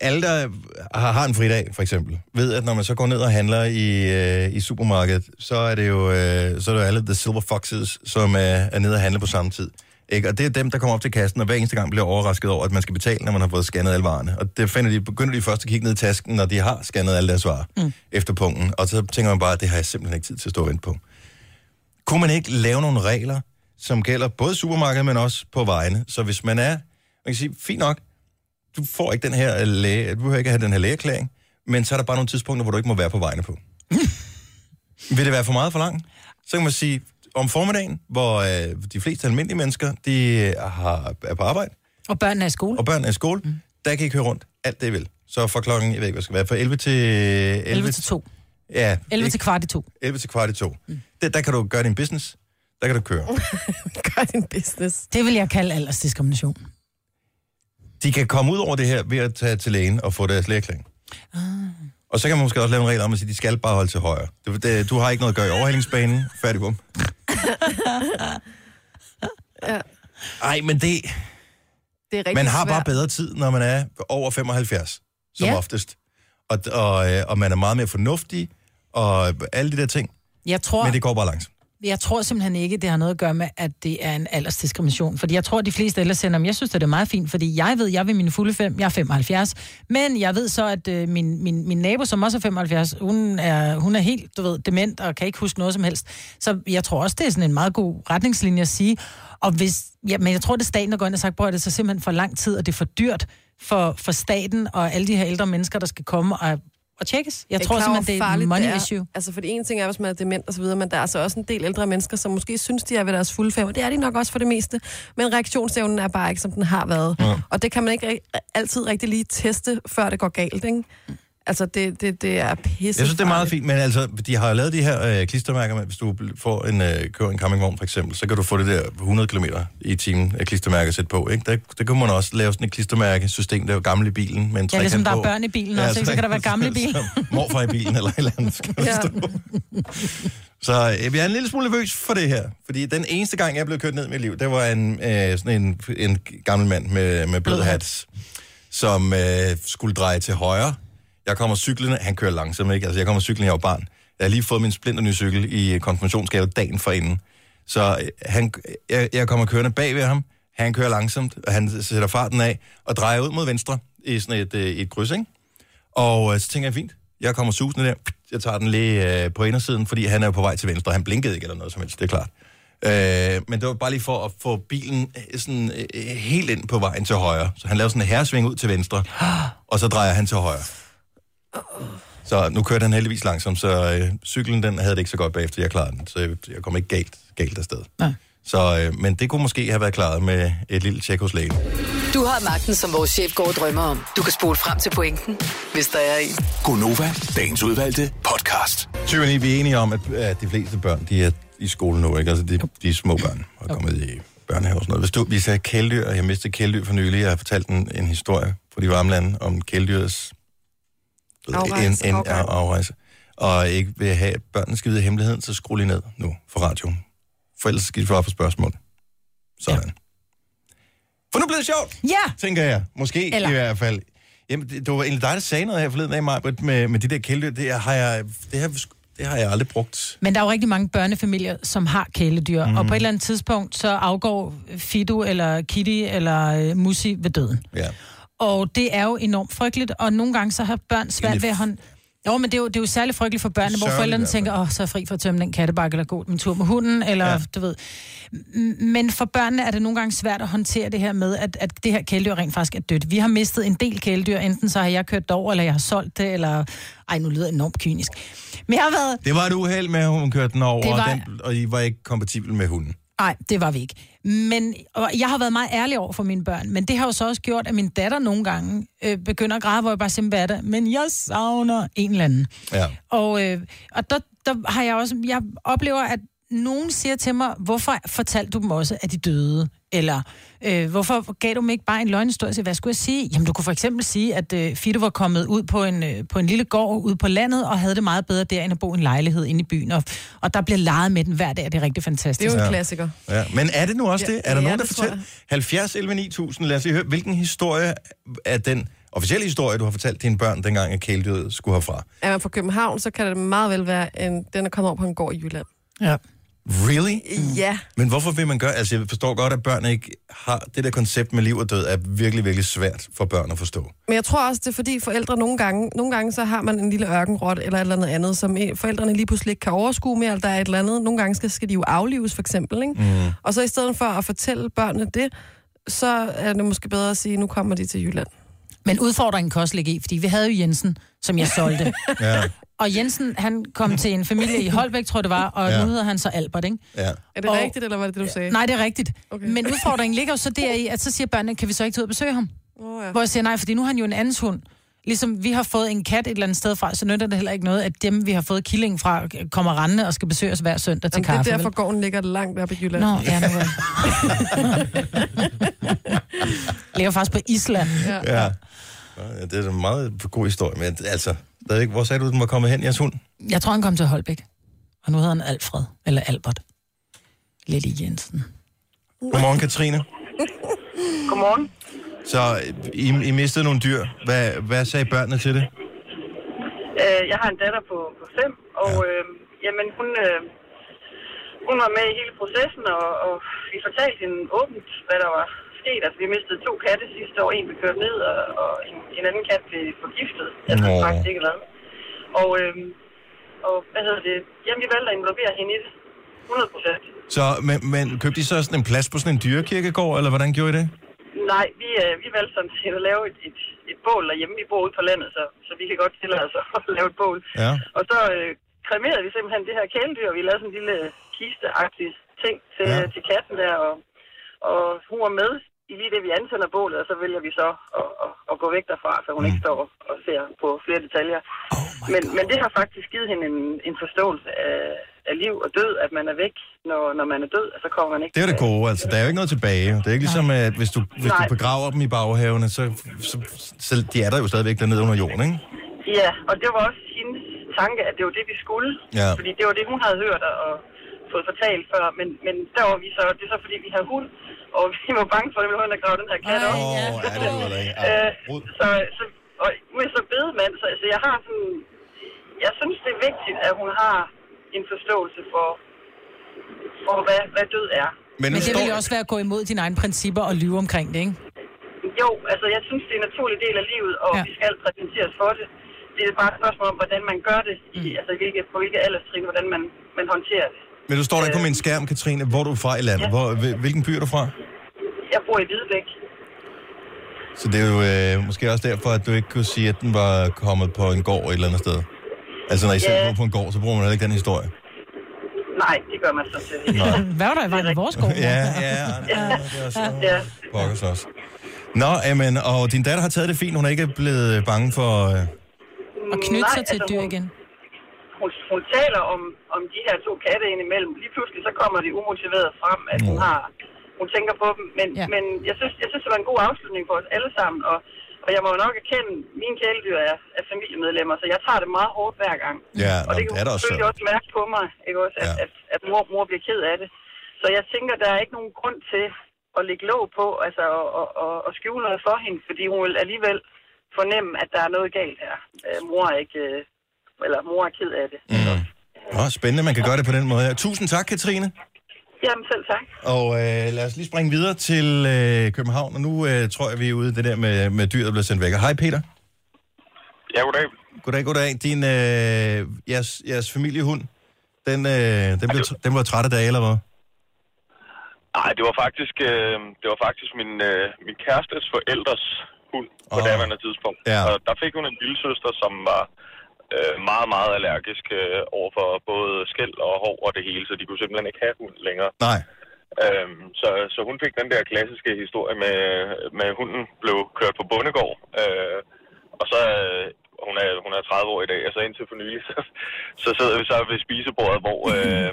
Speaker 2: alle, der har, har en fridag, for eksempel, ved, at når man så går ned og handler i, øh, i supermarkedet, så er det jo øh, så er det jo alle the silver foxes, som øh, er nede og handle på samme tid. Ikke? Og det er dem, der kommer op til kassen, og hver eneste gang bliver overrasket over, at man skal betale, når man har fået scannet alle varerne. Og det finder de, begynder de først at kigge ned i tasken, når de har scannet alle deres varer mm. efter punkten. Og så tænker man bare, at det har jeg simpelthen ikke tid til at stå og vente på. Kunne man ikke lave nogle regler, som gælder både supermarkedet, men også på vejene? Så hvis man er, man kan sige, fint nok, du får ikke den her øh, læge, du behøver ikke have den her lægeerklæring, men så er der bare nogle tidspunkter, hvor du ikke må være på vejene på. Vil det være for meget for langt? Så kan man sige, om formiddagen, hvor øh, de fleste almindelige mennesker, de øh, har, er på arbejde,
Speaker 3: Og børnene er i skole.
Speaker 2: og børn er i skole, mm. der kan I køre rundt alt det, I vil. Så fra klokken, jeg ved ikke, hvad det skal være, fra 11 til... 11,
Speaker 3: 11 til 2.
Speaker 2: Ja.
Speaker 3: 11 til
Speaker 2: ikke-
Speaker 3: kvart i 2.
Speaker 2: 11 til kvart i 2. Mm. Der, der kan du gøre din business, der kan du køre.
Speaker 4: Gør din business.
Speaker 3: Det vil jeg kalde aldersdiskrimination.
Speaker 2: de kan komme ud over det her ved at tage til lægen og få deres lægeklæring. Ah. Og så kan man måske også lave en regel om at sige, at de skal bare holde til højre. Det, det, du har ikke noget at gøre i overhalingsbanen. Færdig bum.
Speaker 4: Ja,
Speaker 2: Ej, men det,
Speaker 4: det er rigtig
Speaker 2: man har
Speaker 4: svært.
Speaker 2: bare bedre tid, når man er over 75, som
Speaker 3: Ja.
Speaker 2: ja. oftest. Og, og, øh, og man er meget mere fornuftig, og alle de der ting.
Speaker 3: Jeg tror,
Speaker 2: Men det går bare langsomt.
Speaker 3: Jeg tror simpelthen ikke, det har noget at gøre med, at det er en aldersdiskrimination. Fordi jeg tror, at de fleste ældre sender, jeg synes, at det er meget fint, fordi jeg ved, jeg er ved mine fulde fem, jeg er 75. Men jeg ved så, at øh, min, min, min nabo, som også er 75, hun er, hun er helt, du ved, dement og kan ikke huske noget som helst. Så jeg tror også, det er sådan en meget god retningslinje at sige. Og hvis, ja, men jeg tror, det er staten, der går ind og sagt, at det er så simpelthen for lang tid, og det er for dyrt for, for staten og alle de her ældre mennesker, der skal komme og, og tjekkes. Jeg,
Speaker 4: er
Speaker 3: tror
Speaker 4: klar over,
Speaker 3: simpelthen,
Speaker 4: hvor
Speaker 3: det er
Speaker 4: farligt
Speaker 3: et money
Speaker 4: det er.
Speaker 3: issue.
Speaker 4: Altså, for det ene ting er, hvis man er dement og så videre, men der er altså også en del ældre mennesker, som måske synes, de er ved deres fulde fem, og det er de nok også for det meste, men reaktionsevnen er bare ikke, som den har været.
Speaker 2: Ja.
Speaker 4: Og det kan man ikke ri- altid rigtig lige teste, før det går galt, ikke? Altså, det, det, det er pisse.
Speaker 2: Jeg synes, det er meget fint, men altså, de har jo lavet de her øh, klistermærker, med, hvis du bl- får en, øh, kører en campingvogn for eksempel, så kan du få det der 100 km i timen øh, af klistermærker sat på, ikke? Der, der kunne man også lave sådan et klistermærkesystem, der er jo gammel i bilen, men
Speaker 3: Ja, ligesom der er børn i bilen også, ikke? Så kan der være gamle i bilen.
Speaker 2: Morfar i bilen eller et eller andet. skal der
Speaker 3: Ja.
Speaker 2: stå. Så øh, jeg er en lille smule nervøs for det her, fordi den eneste gang, jeg blev kørt ned i mit liv, det var en, øh, sådan en, en gammel mand med, med blød hat, som øh, skulle dreje til højre. Jeg kommer cyklende, han kører langsomt, ikke? Altså, jeg kommer cyklende, jeg var barn. Jeg har lige fået min splinterny cykel i konfirmationsgave dagen forinden. Så øh, han, jeg, jeg kommer kørende bag ved ham, han kører langsomt, og han sætter farten af, og drejer ud mod venstre i sådan et, øh, et kryds, ikke? Og øh, så tænker jeg, fint, jeg kommer susende der, jeg tager den lige øh, på indersiden, fordi han er jo på vej til venstre, han blinkede ikke eller noget som helst, det er klart. Øh, men det var bare lige for at få bilen øh, sådan, øh, helt ind på vejen til højre. Så han laver sådan en herresving ud til venstre, og så drejer han til højre. Så nu kørte han heldigvis langsomt, så øh, cyklen den havde det ikke så godt bagefter, jeg klarede den. Så jeg, jeg kom ikke galt, galt afsted.
Speaker 3: Nej.
Speaker 2: Så, øh, men det kunne måske have været klaret med et lille tjek hos lægen.
Speaker 1: Du har magten, som vores chef går og drømmer om. Du kan spole frem til pointen, hvis der er en.
Speaker 6: Gonova, dagens udvalgte podcast.
Speaker 2: 20 vi er enige om, at, at de fleste børn, de er i skole nu, ikke? Altså, de, de er små børn og er kommet i børnehave og sådan noget. Hvis du, vi sagde kæledyr, og jeg mistede kæledyr for nylig, jeg har fortalt en, en historie fra de varme lande om kæledyrets du ved,
Speaker 15: Afrejse,
Speaker 2: en, en
Speaker 15: afgang.
Speaker 2: afrejse. Og ikke vil have, at børnene skal vide hemmeligheden, så skru lige ned nu for radioen. for ellers skal de svare på spørgsmål. Sådan. Ja. For nu blev det sjovt,
Speaker 3: ja.
Speaker 2: tænker jeg. Måske Eller...
Speaker 3: Eller-
Speaker 2: i hvert fald. Jamen, det, det var egentlig dig, der sagde noget her forleden af mig, med, med de der kæledyr. Det har jeg, det har, det har jeg aldrig brugt.
Speaker 3: Men der er jo rigtig mange børnefamilier, som har kæledyr, mm.
Speaker 15: Mhm.
Speaker 3: og på et eller andet tidspunkt, så afgår Fido eller Kitty eller øh, Musi ved døden.
Speaker 2: Ja.
Speaker 3: Og det er jo enormt frygteligt, og nogle gange så har børn svært ved at hånd... Jo, men det er jo, det er jo særlig frygteligt for børnene, hvor
Speaker 15: Sørgeligt i
Speaker 3: forældrene
Speaker 15: hvert fald.
Speaker 3: tænker, åh, oh, så er jeg fri for at tømme den kattebakke, eller gå en tur med hunden, eller ja. du ved. M- Men for børnene er det nogle gange svært at håndtere det her med, at, at det her kæledyr rent faktisk er dødt. Vi har mistet en del kæledyr, enten så har jeg kørt dog, eller jeg har solgt det, eller... Ej, nu lyder jeg enormt kynisk. Men jeg har været
Speaker 2: Det var et uheld med, at hun kørte den over,
Speaker 3: Det
Speaker 2: var...
Speaker 3: var-
Speaker 2: og, den, og I var ikke kompatibel med hunden.
Speaker 3: Nej, det var vi ikke. Men og jeg har været meget ærlig over for mine børn, men det har jo så også gjort, at min datter nogle gange øh, begynder at græde, hvor jeg bare siger, hvad er det? Men jeg savner en eller anden.
Speaker 2: Ja.
Speaker 3: Og, øh, og der, der har jeg også, jeg oplever, at nogen siger til mig, hvorfor fortalte du dem også, at de døde? Eller øh, hvorfor gav du dem ikke bare en løgnhistorie? Så Hvad skulle jeg sige? Jamen, du kunne for eksempel sige, at øh, Fido var kommet ud på en, øh, på en lille gård ude på landet, og havde det meget bedre der, end at bo i en lejlighed inde i byen. Og, og der bliver leget med den hver dag, og det er rigtig fantastisk.
Speaker 2: Ja. Ja. Men er det nu også
Speaker 3: Ja,
Speaker 2: det? Er der
Speaker 3: ja,
Speaker 2: nogen, der
Speaker 3: det tror
Speaker 2: fortæller? 70 11 9000, lad os lige høre, hvilken historie er den officielle historie, du har fortalt dine børn, dengang at kæledyret skulle herfra?
Speaker 4: Er man fra København, så kan det meget vel være, en, den er kommet over på en gård i Jylland.
Speaker 3: Ja.
Speaker 2: Really?
Speaker 3: Mm.
Speaker 4: Ja.
Speaker 2: Men hvorfor vil man gøre... Altså, jeg forstår godt, at børn ikke har... Det der koncept med liv og død er virkelig, virkelig svært for børn at forstå.
Speaker 4: Men jeg tror også, det er fordi forældre nogle gange, nogle gange så har man en lille ørkenrot eller et eller andet andet, som eh, forældrene lige pludselig ikke kan overskue mere, eller der er et eller andet. Nogle gange skal, skal de jo aflives, for eksempel. Ikke?
Speaker 2: Mm.
Speaker 4: Og så i stedet for at fortælle børnene det, så er det måske bedre at sige, nu kommer de til Jylland.
Speaker 3: Men udfordringen kan også ligge i, fordi vi havde jo Jensen, som jeg solgte.
Speaker 2: Ja.
Speaker 3: og Jensen, han kom til en familie i Holbæk, tror jeg det var, og
Speaker 2: Ja.
Speaker 3: ja. nu hedder han så Albert, ikke?
Speaker 2: Ja.
Speaker 4: Er det
Speaker 3: Og-
Speaker 4: rigtigt, eller var det det, du sagde?
Speaker 3: Nej, det er rigtigt. Okay. Men udfordringen ligger jo så deri, at så siger børnene, kan vi så ikke tage ud og besøge ham?
Speaker 4: Oh, ja.
Speaker 3: Hvor jeg siger, nej, fordi nu har han jo en andens hund. Ligesom vi har fået en kat et eller andet sted fra, så nytter det heller ikke noget, at dem, vi har fået killing fra, kommer rendende og skal besøge os hver søndag til
Speaker 4: Jamen, det
Speaker 3: kaffe.
Speaker 4: er derfor,
Speaker 3: vel?
Speaker 4: gården ligger langt oppe i Jylland.
Speaker 3: Nå, ja, nu er Lever faktisk på Island. Ja.
Speaker 2: Ja. ja. Det er en meget god historie, men altså... Stadig, hvor sagde du, den var kommet hen, jeres hund?
Speaker 3: Jeg tror, han kom til Holbæk. Og nu hedder han Alfred, eller Albert. Lille Jensen.
Speaker 2: Godmorgen, Katrine.
Speaker 16: Godmorgen.
Speaker 2: Så I, I mistede nogle dyr. Hvad, hvad sagde børnene til det?
Speaker 16: Øh, jeg har en datter på, på fem, og øh, jamen, hun, øh, hun var med i hele processen, og, og vi fortalte hende åbent, hvad der var sket. Altså, vi mistede to katte sidste år. En blev kørt ned, og, og en, en anden kat blev forgiftet. Jeg
Speaker 17: Nå.
Speaker 16: blev faktisk ikke lavet. Og, øh, og hvad hedder det? Jamen, vi valgte at involvere hende i det. 100 procent.
Speaker 2: Så, men, men købte I så sådan en plads på sådan en dyrekirkegård, eller hvordan gjorde I det?
Speaker 16: Nej, vi, øh, vi valgte sådan set at lave et, et, et bål derhjemme. Vi bor ude på landet, så, så vi kan godt tillade os at lave et bål.
Speaker 2: Ja.
Speaker 16: Og så øh, kremerede vi simpelthen det her kæledyr, og vi lavede sådan en lille kisteagtig ting til,
Speaker 2: Ja.
Speaker 16: ja. til katten der, og, og hun var med i lige det, vi antænder bålet, og så vælger vi så at, at, at gå væk derfra, så hun mm. ikke står og ser på flere detaljer. Oh men, men det har faktisk givet hende en, en forståelse af, af liv og død, at man er væk, når, når man er død, og så kommer man ikke
Speaker 2: Det er jo det gode, altså. Der er jo ikke noget tilbage. Det er ikke ligesom, at hvis du, hvis
Speaker 16: Nej.
Speaker 2: du begraver dem i baghavene, så, så, så de er der jo stadigvæk dernede under jorden, ikke?
Speaker 16: Ja, og det var også hendes tanke, at det var det, vi skulle.
Speaker 2: Ja.
Speaker 16: Fordi det var det, hun havde hørt og- og fået fortalt før. Men, men der var vi så, det er så fordi, vi har hund, og vi var bange for, at vi ville have grave den her kat op.
Speaker 2: Åh, ja, det lyder da ikke.
Speaker 16: Øh, så, så, og nu er jeg så bedemand, så altså, jeg har sådan... Jeg synes, det er vigtigt, at hun har en forståelse for, for hvad, hvad død er.
Speaker 3: Men, Men det vil jo også være at gå imod dine egne principper og lyve omkring det, ikke?
Speaker 16: Jo, altså jeg synes, det er en naturlig del af livet, og ja. vi skal præsenteres for det. Det er bare et spørgsmål om, hvordan man gør det, i,
Speaker 3: Mm.
Speaker 16: altså hvilke, på hvilke alderstrin, hvordan man, man håndterer det.
Speaker 2: Men du står der ikke på min skærm, Katrine. Hvor er du fra i landet? Hvor, hvil- hvilken by er du fra?
Speaker 16: Jeg bor i Hvidebæk.
Speaker 2: Så det er jo øh, måske også derfor, at du ikke kunne sige, at den var kommet på en gård et eller andet sted. Altså, når I selv
Speaker 16: Ja.
Speaker 2: bor på en gård, så bruger man heller ikke den historie.
Speaker 16: Nej, det gør man så til.
Speaker 2: Nej.
Speaker 3: Hvad var der i vejen med vores gård?
Speaker 2: Ja, ja,
Speaker 16: ja.
Speaker 2: Pokkers også. Nå, amen, og din datter har taget det fint. Hun er ikke blevet bange for... Øh,
Speaker 3: Og knytte sig
Speaker 16: Nej,
Speaker 3: til et
Speaker 16: altså,
Speaker 3: dyr
Speaker 16: hun-
Speaker 3: igen.
Speaker 16: Hun, hun taler om, om de her to katte indimellem. Lige pludselig så kommer det umotiveret frem, at hun har hun tænker på dem. Men, ja. men jeg, synes, jeg synes, det var en god afslutning for os alle sammen. Og, og jeg må jo nok erkende, at mine kæledyr er, er familiemedlemmer, så jeg tager det meget hårdt hver gang.
Speaker 2: Ja,
Speaker 16: og
Speaker 2: nå,
Speaker 16: det
Speaker 2: men
Speaker 16: kan
Speaker 2: det er
Speaker 16: hun
Speaker 2: da også
Speaker 16: selvfølgelig også mærke på mig, ikke også, at, ja. at, at mor, mor bliver ked af det. Så jeg tænker, der er ikke nogen grund til at lægge låg på, altså og, og, og, og skjule noget for hende, fordi hun vil alligevel fornemme, at der er noget galt her. Øh, mor er ikke, øh, eller mor er ked af det.
Speaker 2: Mm. Nå, spændende, man kan gøre det på den måde. her. Tusind tak, Katrine.
Speaker 16: Jamen selv tak.
Speaker 2: Og øh, lad os lige springe videre til øh, København. Og nu øh, tror jeg, vi er ude i det der med, med dyr, der bliver sendt væk. Og Hej, Peter.
Speaker 15: Ja, goddag.
Speaker 2: Goddag, goddag. Din, øh, jeres, jeres familiehund, den, øh, den, blev, tr- den var træt af dag, eller hvad?
Speaker 15: Nej, det var faktisk, øh, det var faktisk min, øh, min kærestes forældres hund på oh. daværende tidspunkt.
Speaker 2: Ja.
Speaker 15: Og der fik hun en lille søster, som var øh, meget, meget allergisk øh, over for både skæld og hår og det hele, så de kunne simpelthen ikke have hund længere.
Speaker 2: Nej.
Speaker 15: Øhm, så, så hun fik den der klassiske historie med, med hunden blev kørt på bondegård. Øh, og så, øh, hun er, hun er 30 år i dag, og så indtil for nylig, så, så sidder vi så ved spisebordet, hvor, øh,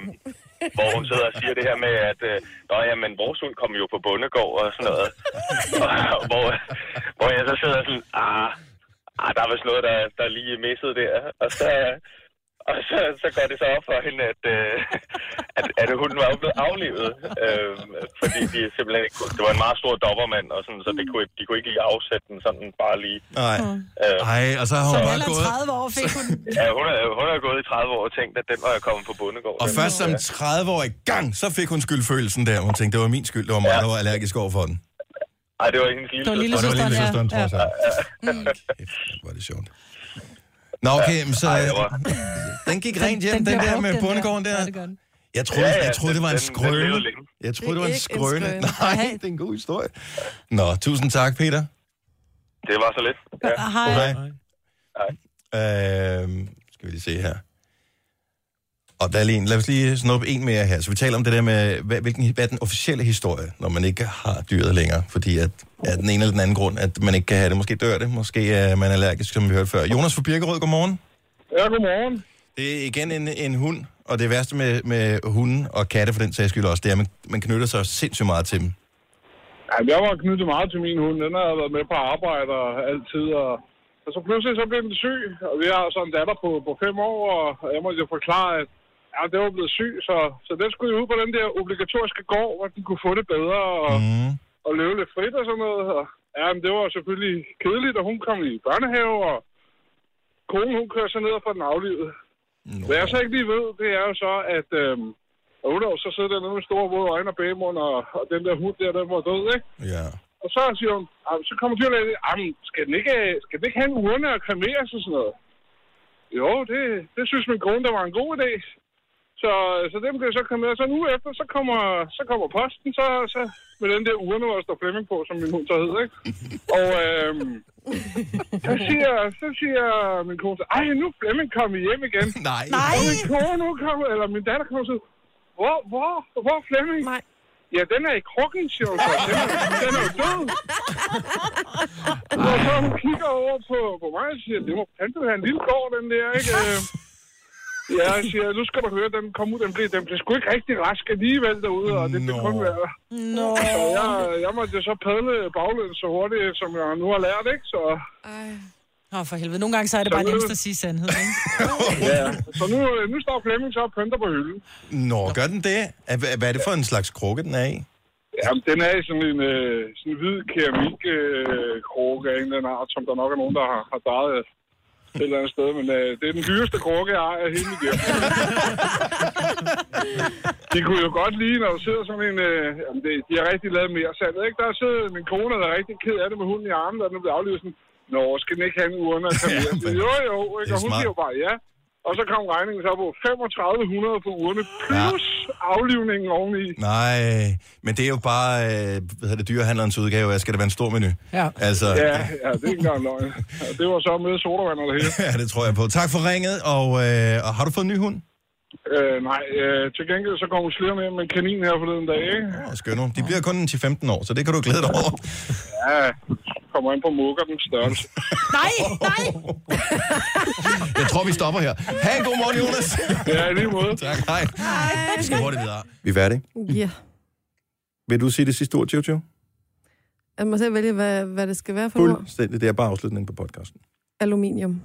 Speaker 15: hvor hun sidder og siger det her med, at øh, Nå, jamen, vores hund kom jo på bondegård og sådan noget. Og, og hvor, hvor jeg så sidder sådan, ah, ah der er vist noget, der, der lige er misset der. Og så, og så, så går det så op for hende, at, øh, at, at hunden var jo blevet aflivet, øh, fordi de simpelthen ikke kunne, det var en meget stor dommermand, og sådan, så det kunne, ikke- de kunne ikke lige afsætte den sådan bare lige.
Speaker 2: Nej.
Speaker 15: Øh,
Speaker 2: Ej, og så har hun bare gået...
Speaker 3: 30 år fik hun
Speaker 15: Ja, hun er, hun er gået i 30 år og tænkt, at den var kommet på bondegård.
Speaker 2: Og
Speaker 15: Den-
Speaker 2: først som
Speaker 15: ja.
Speaker 2: 30-årig gang, så fik hun skyldfølelsen der. Hun tænkte, det var min skyld, det var mig, der var allergisk over for den.
Speaker 15: Ej, det var hendes lille
Speaker 2: Det var lillesøsteren, Og det var lillesøsteren, ja. trods alt. Mm. Nå, okay, men så...
Speaker 15: Ej, det
Speaker 2: var... Den gik rent hjem, den, den,
Speaker 15: bliver
Speaker 2: der
Speaker 15: brugt,
Speaker 2: med
Speaker 15: den der.
Speaker 2: bondegården der. Jeg troede,
Speaker 15: Ja, ja,
Speaker 2: jeg troede, det
Speaker 15: den-
Speaker 2: var en
Speaker 15: den- den levede
Speaker 2: skrøne.
Speaker 15: længe.
Speaker 2: Jeg troede, det var
Speaker 15: Det er
Speaker 2: en
Speaker 15: ikke en
Speaker 2: skrøne.
Speaker 15: skrøne.
Speaker 2: Nej, det er en god historie. Nå, tusind tak, Peter.
Speaker 15: Det var så lidt. Ja.
Speaker 2: Hej. Øhm, skal vi lige se her. Og der er lige en, lad os lige snuppe en mere her. Så vi taler om det der med, hvad, hvilken, hvad er den officielle historie, når man ikke har dyret længere? Fordi at, af den ene eller den anden grund, at man ikke kan have det. Måske dør det, måske er man allergisk, som vi hørte før. Jonas fra Birkerød, godmorgen.
Speaker 15: Ja, godmorgen.
Speaker 2: Det er igen en, en hund, og det værste med, med hunden og katte for den sags skyld også, det er, at man, man knytter sig sindssygt meget til dem.
Speaker 17: Ja, jeg var knyttet meget til min hund. Den har været med på arbejde og altid. Og, og så pludselig så blev den syg, og vi har sådan en datter på, på fem år, og jeg måtte jo forklare, at ja, det var blevet syg, så, så den skulle jo ud på den der obligatoriske gård, hvor den kunne få det bedre og, mm. og løbe lidt frit og sådan noget. Og, ja, men det var selvfølgelig kedeligt, og hun kom i børnehave, og konen hun kører så ned og får den aflivet.
Speaker 2: No.
Speaker 17: Hvad jeg så ikke lige ved, det er jo så, at... Øhm, og hun så sidder der med store våde øjne og bagmund, og, og den der hund der, den var død, ikke?
Speaker 2: Ja.
Speaker 17: Og så siger hun, "Ej, men så kommer dyrlægen, jamen, skal den ikke, øh, skal den ikke have en urne og kremeres og sådan noget? Jo, det, det synes min kone, der var en god idé. Så, så dem blev så kremeret. Så en uge efter, så kommer, så kommer posten, så, så med den der urne, hvor der står Flemming på, som min hund så hed, ikke? Og øhm, så, siger, så siger min kone, så, ej, nu er Flemming kommet hjem igen.
Speaker 2: Nej.
Speaker 17: Nej. Og min kone nu kommer, eller min datter kommer så, hvor, hvor, hvor er Flemming? Nej. Ja, den er i krukken, siger hun så. Den er, den er jo død. Og så hun kigger over på, på mig og siger, det må fandme være en lille gård, den der, ikke? Øh, Ja, jeg siger, nu skal du høre, den kom ud, den blev, den blev sgu ikke rigtig rask alligevel derude, og det blev kun være.
Speaker 3: Nå.
Speaker 17: Så jeg, jeg måtte jo så padle baglæns så hurtigt, som jeg nu har lært, ikke? Så,
Speaker 3: Nå, for helvede. Nogle gange så er det bare nemmest at sige sandhed, ikke?
Speaker 17: ja. så nu, øh, nu står Flemming så og pynter på hylden.
Speaker 2: Nå, gør den det? Er- Hvad hvad er det for en slags krukke, den er i?
Speaker 17: Jamen, den er i sådan en øh, sådan en hvid keramik øh, krukke af en eller anden art, som der nok er nogen, der har, har drejet af et eller andet sted, men øh, det er den dyreste krukke, jeg ejer hele mit hjem. det kunne jo godt lide, når der sidder sådan en... Øh, jamen, det, de har rigtig lavet mere salg, ikke? Der sidder min kone, der er rigtig ked af det med hunden i armen, og den blev aflivet sådan, Nå, skal den ikke have en urne? og kremere?" jo, jo, ikke? Og
Speaker 2: Det er
Speaker 17: hun
Speaker 2: smart.
Speaker 17: siger jo bare ja. Og så kom regningen så på 3500 på urne, plus aflivningen oveni.
Speaker 2: Nej, men det er jo bare, øh, hvad hedder det, dyrehandlerens udgave af, skal det være en stor menu?
Speaker 17: Ja.
Speaker 2: Altså,
Speaker 17: Ja, ja, det er ikke engang løgn. Ja, Det var så med sodavand og det hele.
Speaker 2: ja, det tror jeg på. Tak for ringet, og, øh, og har du fået en ny hund?
Speaker 17: Øh, nej, øh, til gengæld så kom hun slemme hjem med en kanin her forleden dag, ikke?
Speaker 2: Åh, skøn nu. De bliver kun 10-15 år, så det kan du glæde dig over.
Speaker 17: Ja, kommer ind på mukker den størrelse.
Speaker 3: Nej, nej!
Speaker 2: Jeg tror, vi stopper her. Ha' en god morgen, Jonas.
Speaker 17: Ja, i lige måde.
Speaker 2: Tak, hej.
Speaker 4: Hej.
Speaker 2: Vi skal hurtigt videre. Vi er færdige.
Speaker 4: Ja.
Speaker 2: Vil du sige det sidste ord, Jojo?
Speaker 4: Jeg må selv vælge, hvad, hvad det skal være for noget.
Speaker 2: Fuldstændig. Det er bare afslutningen på podcasten.
Speaker 4: Aluminium.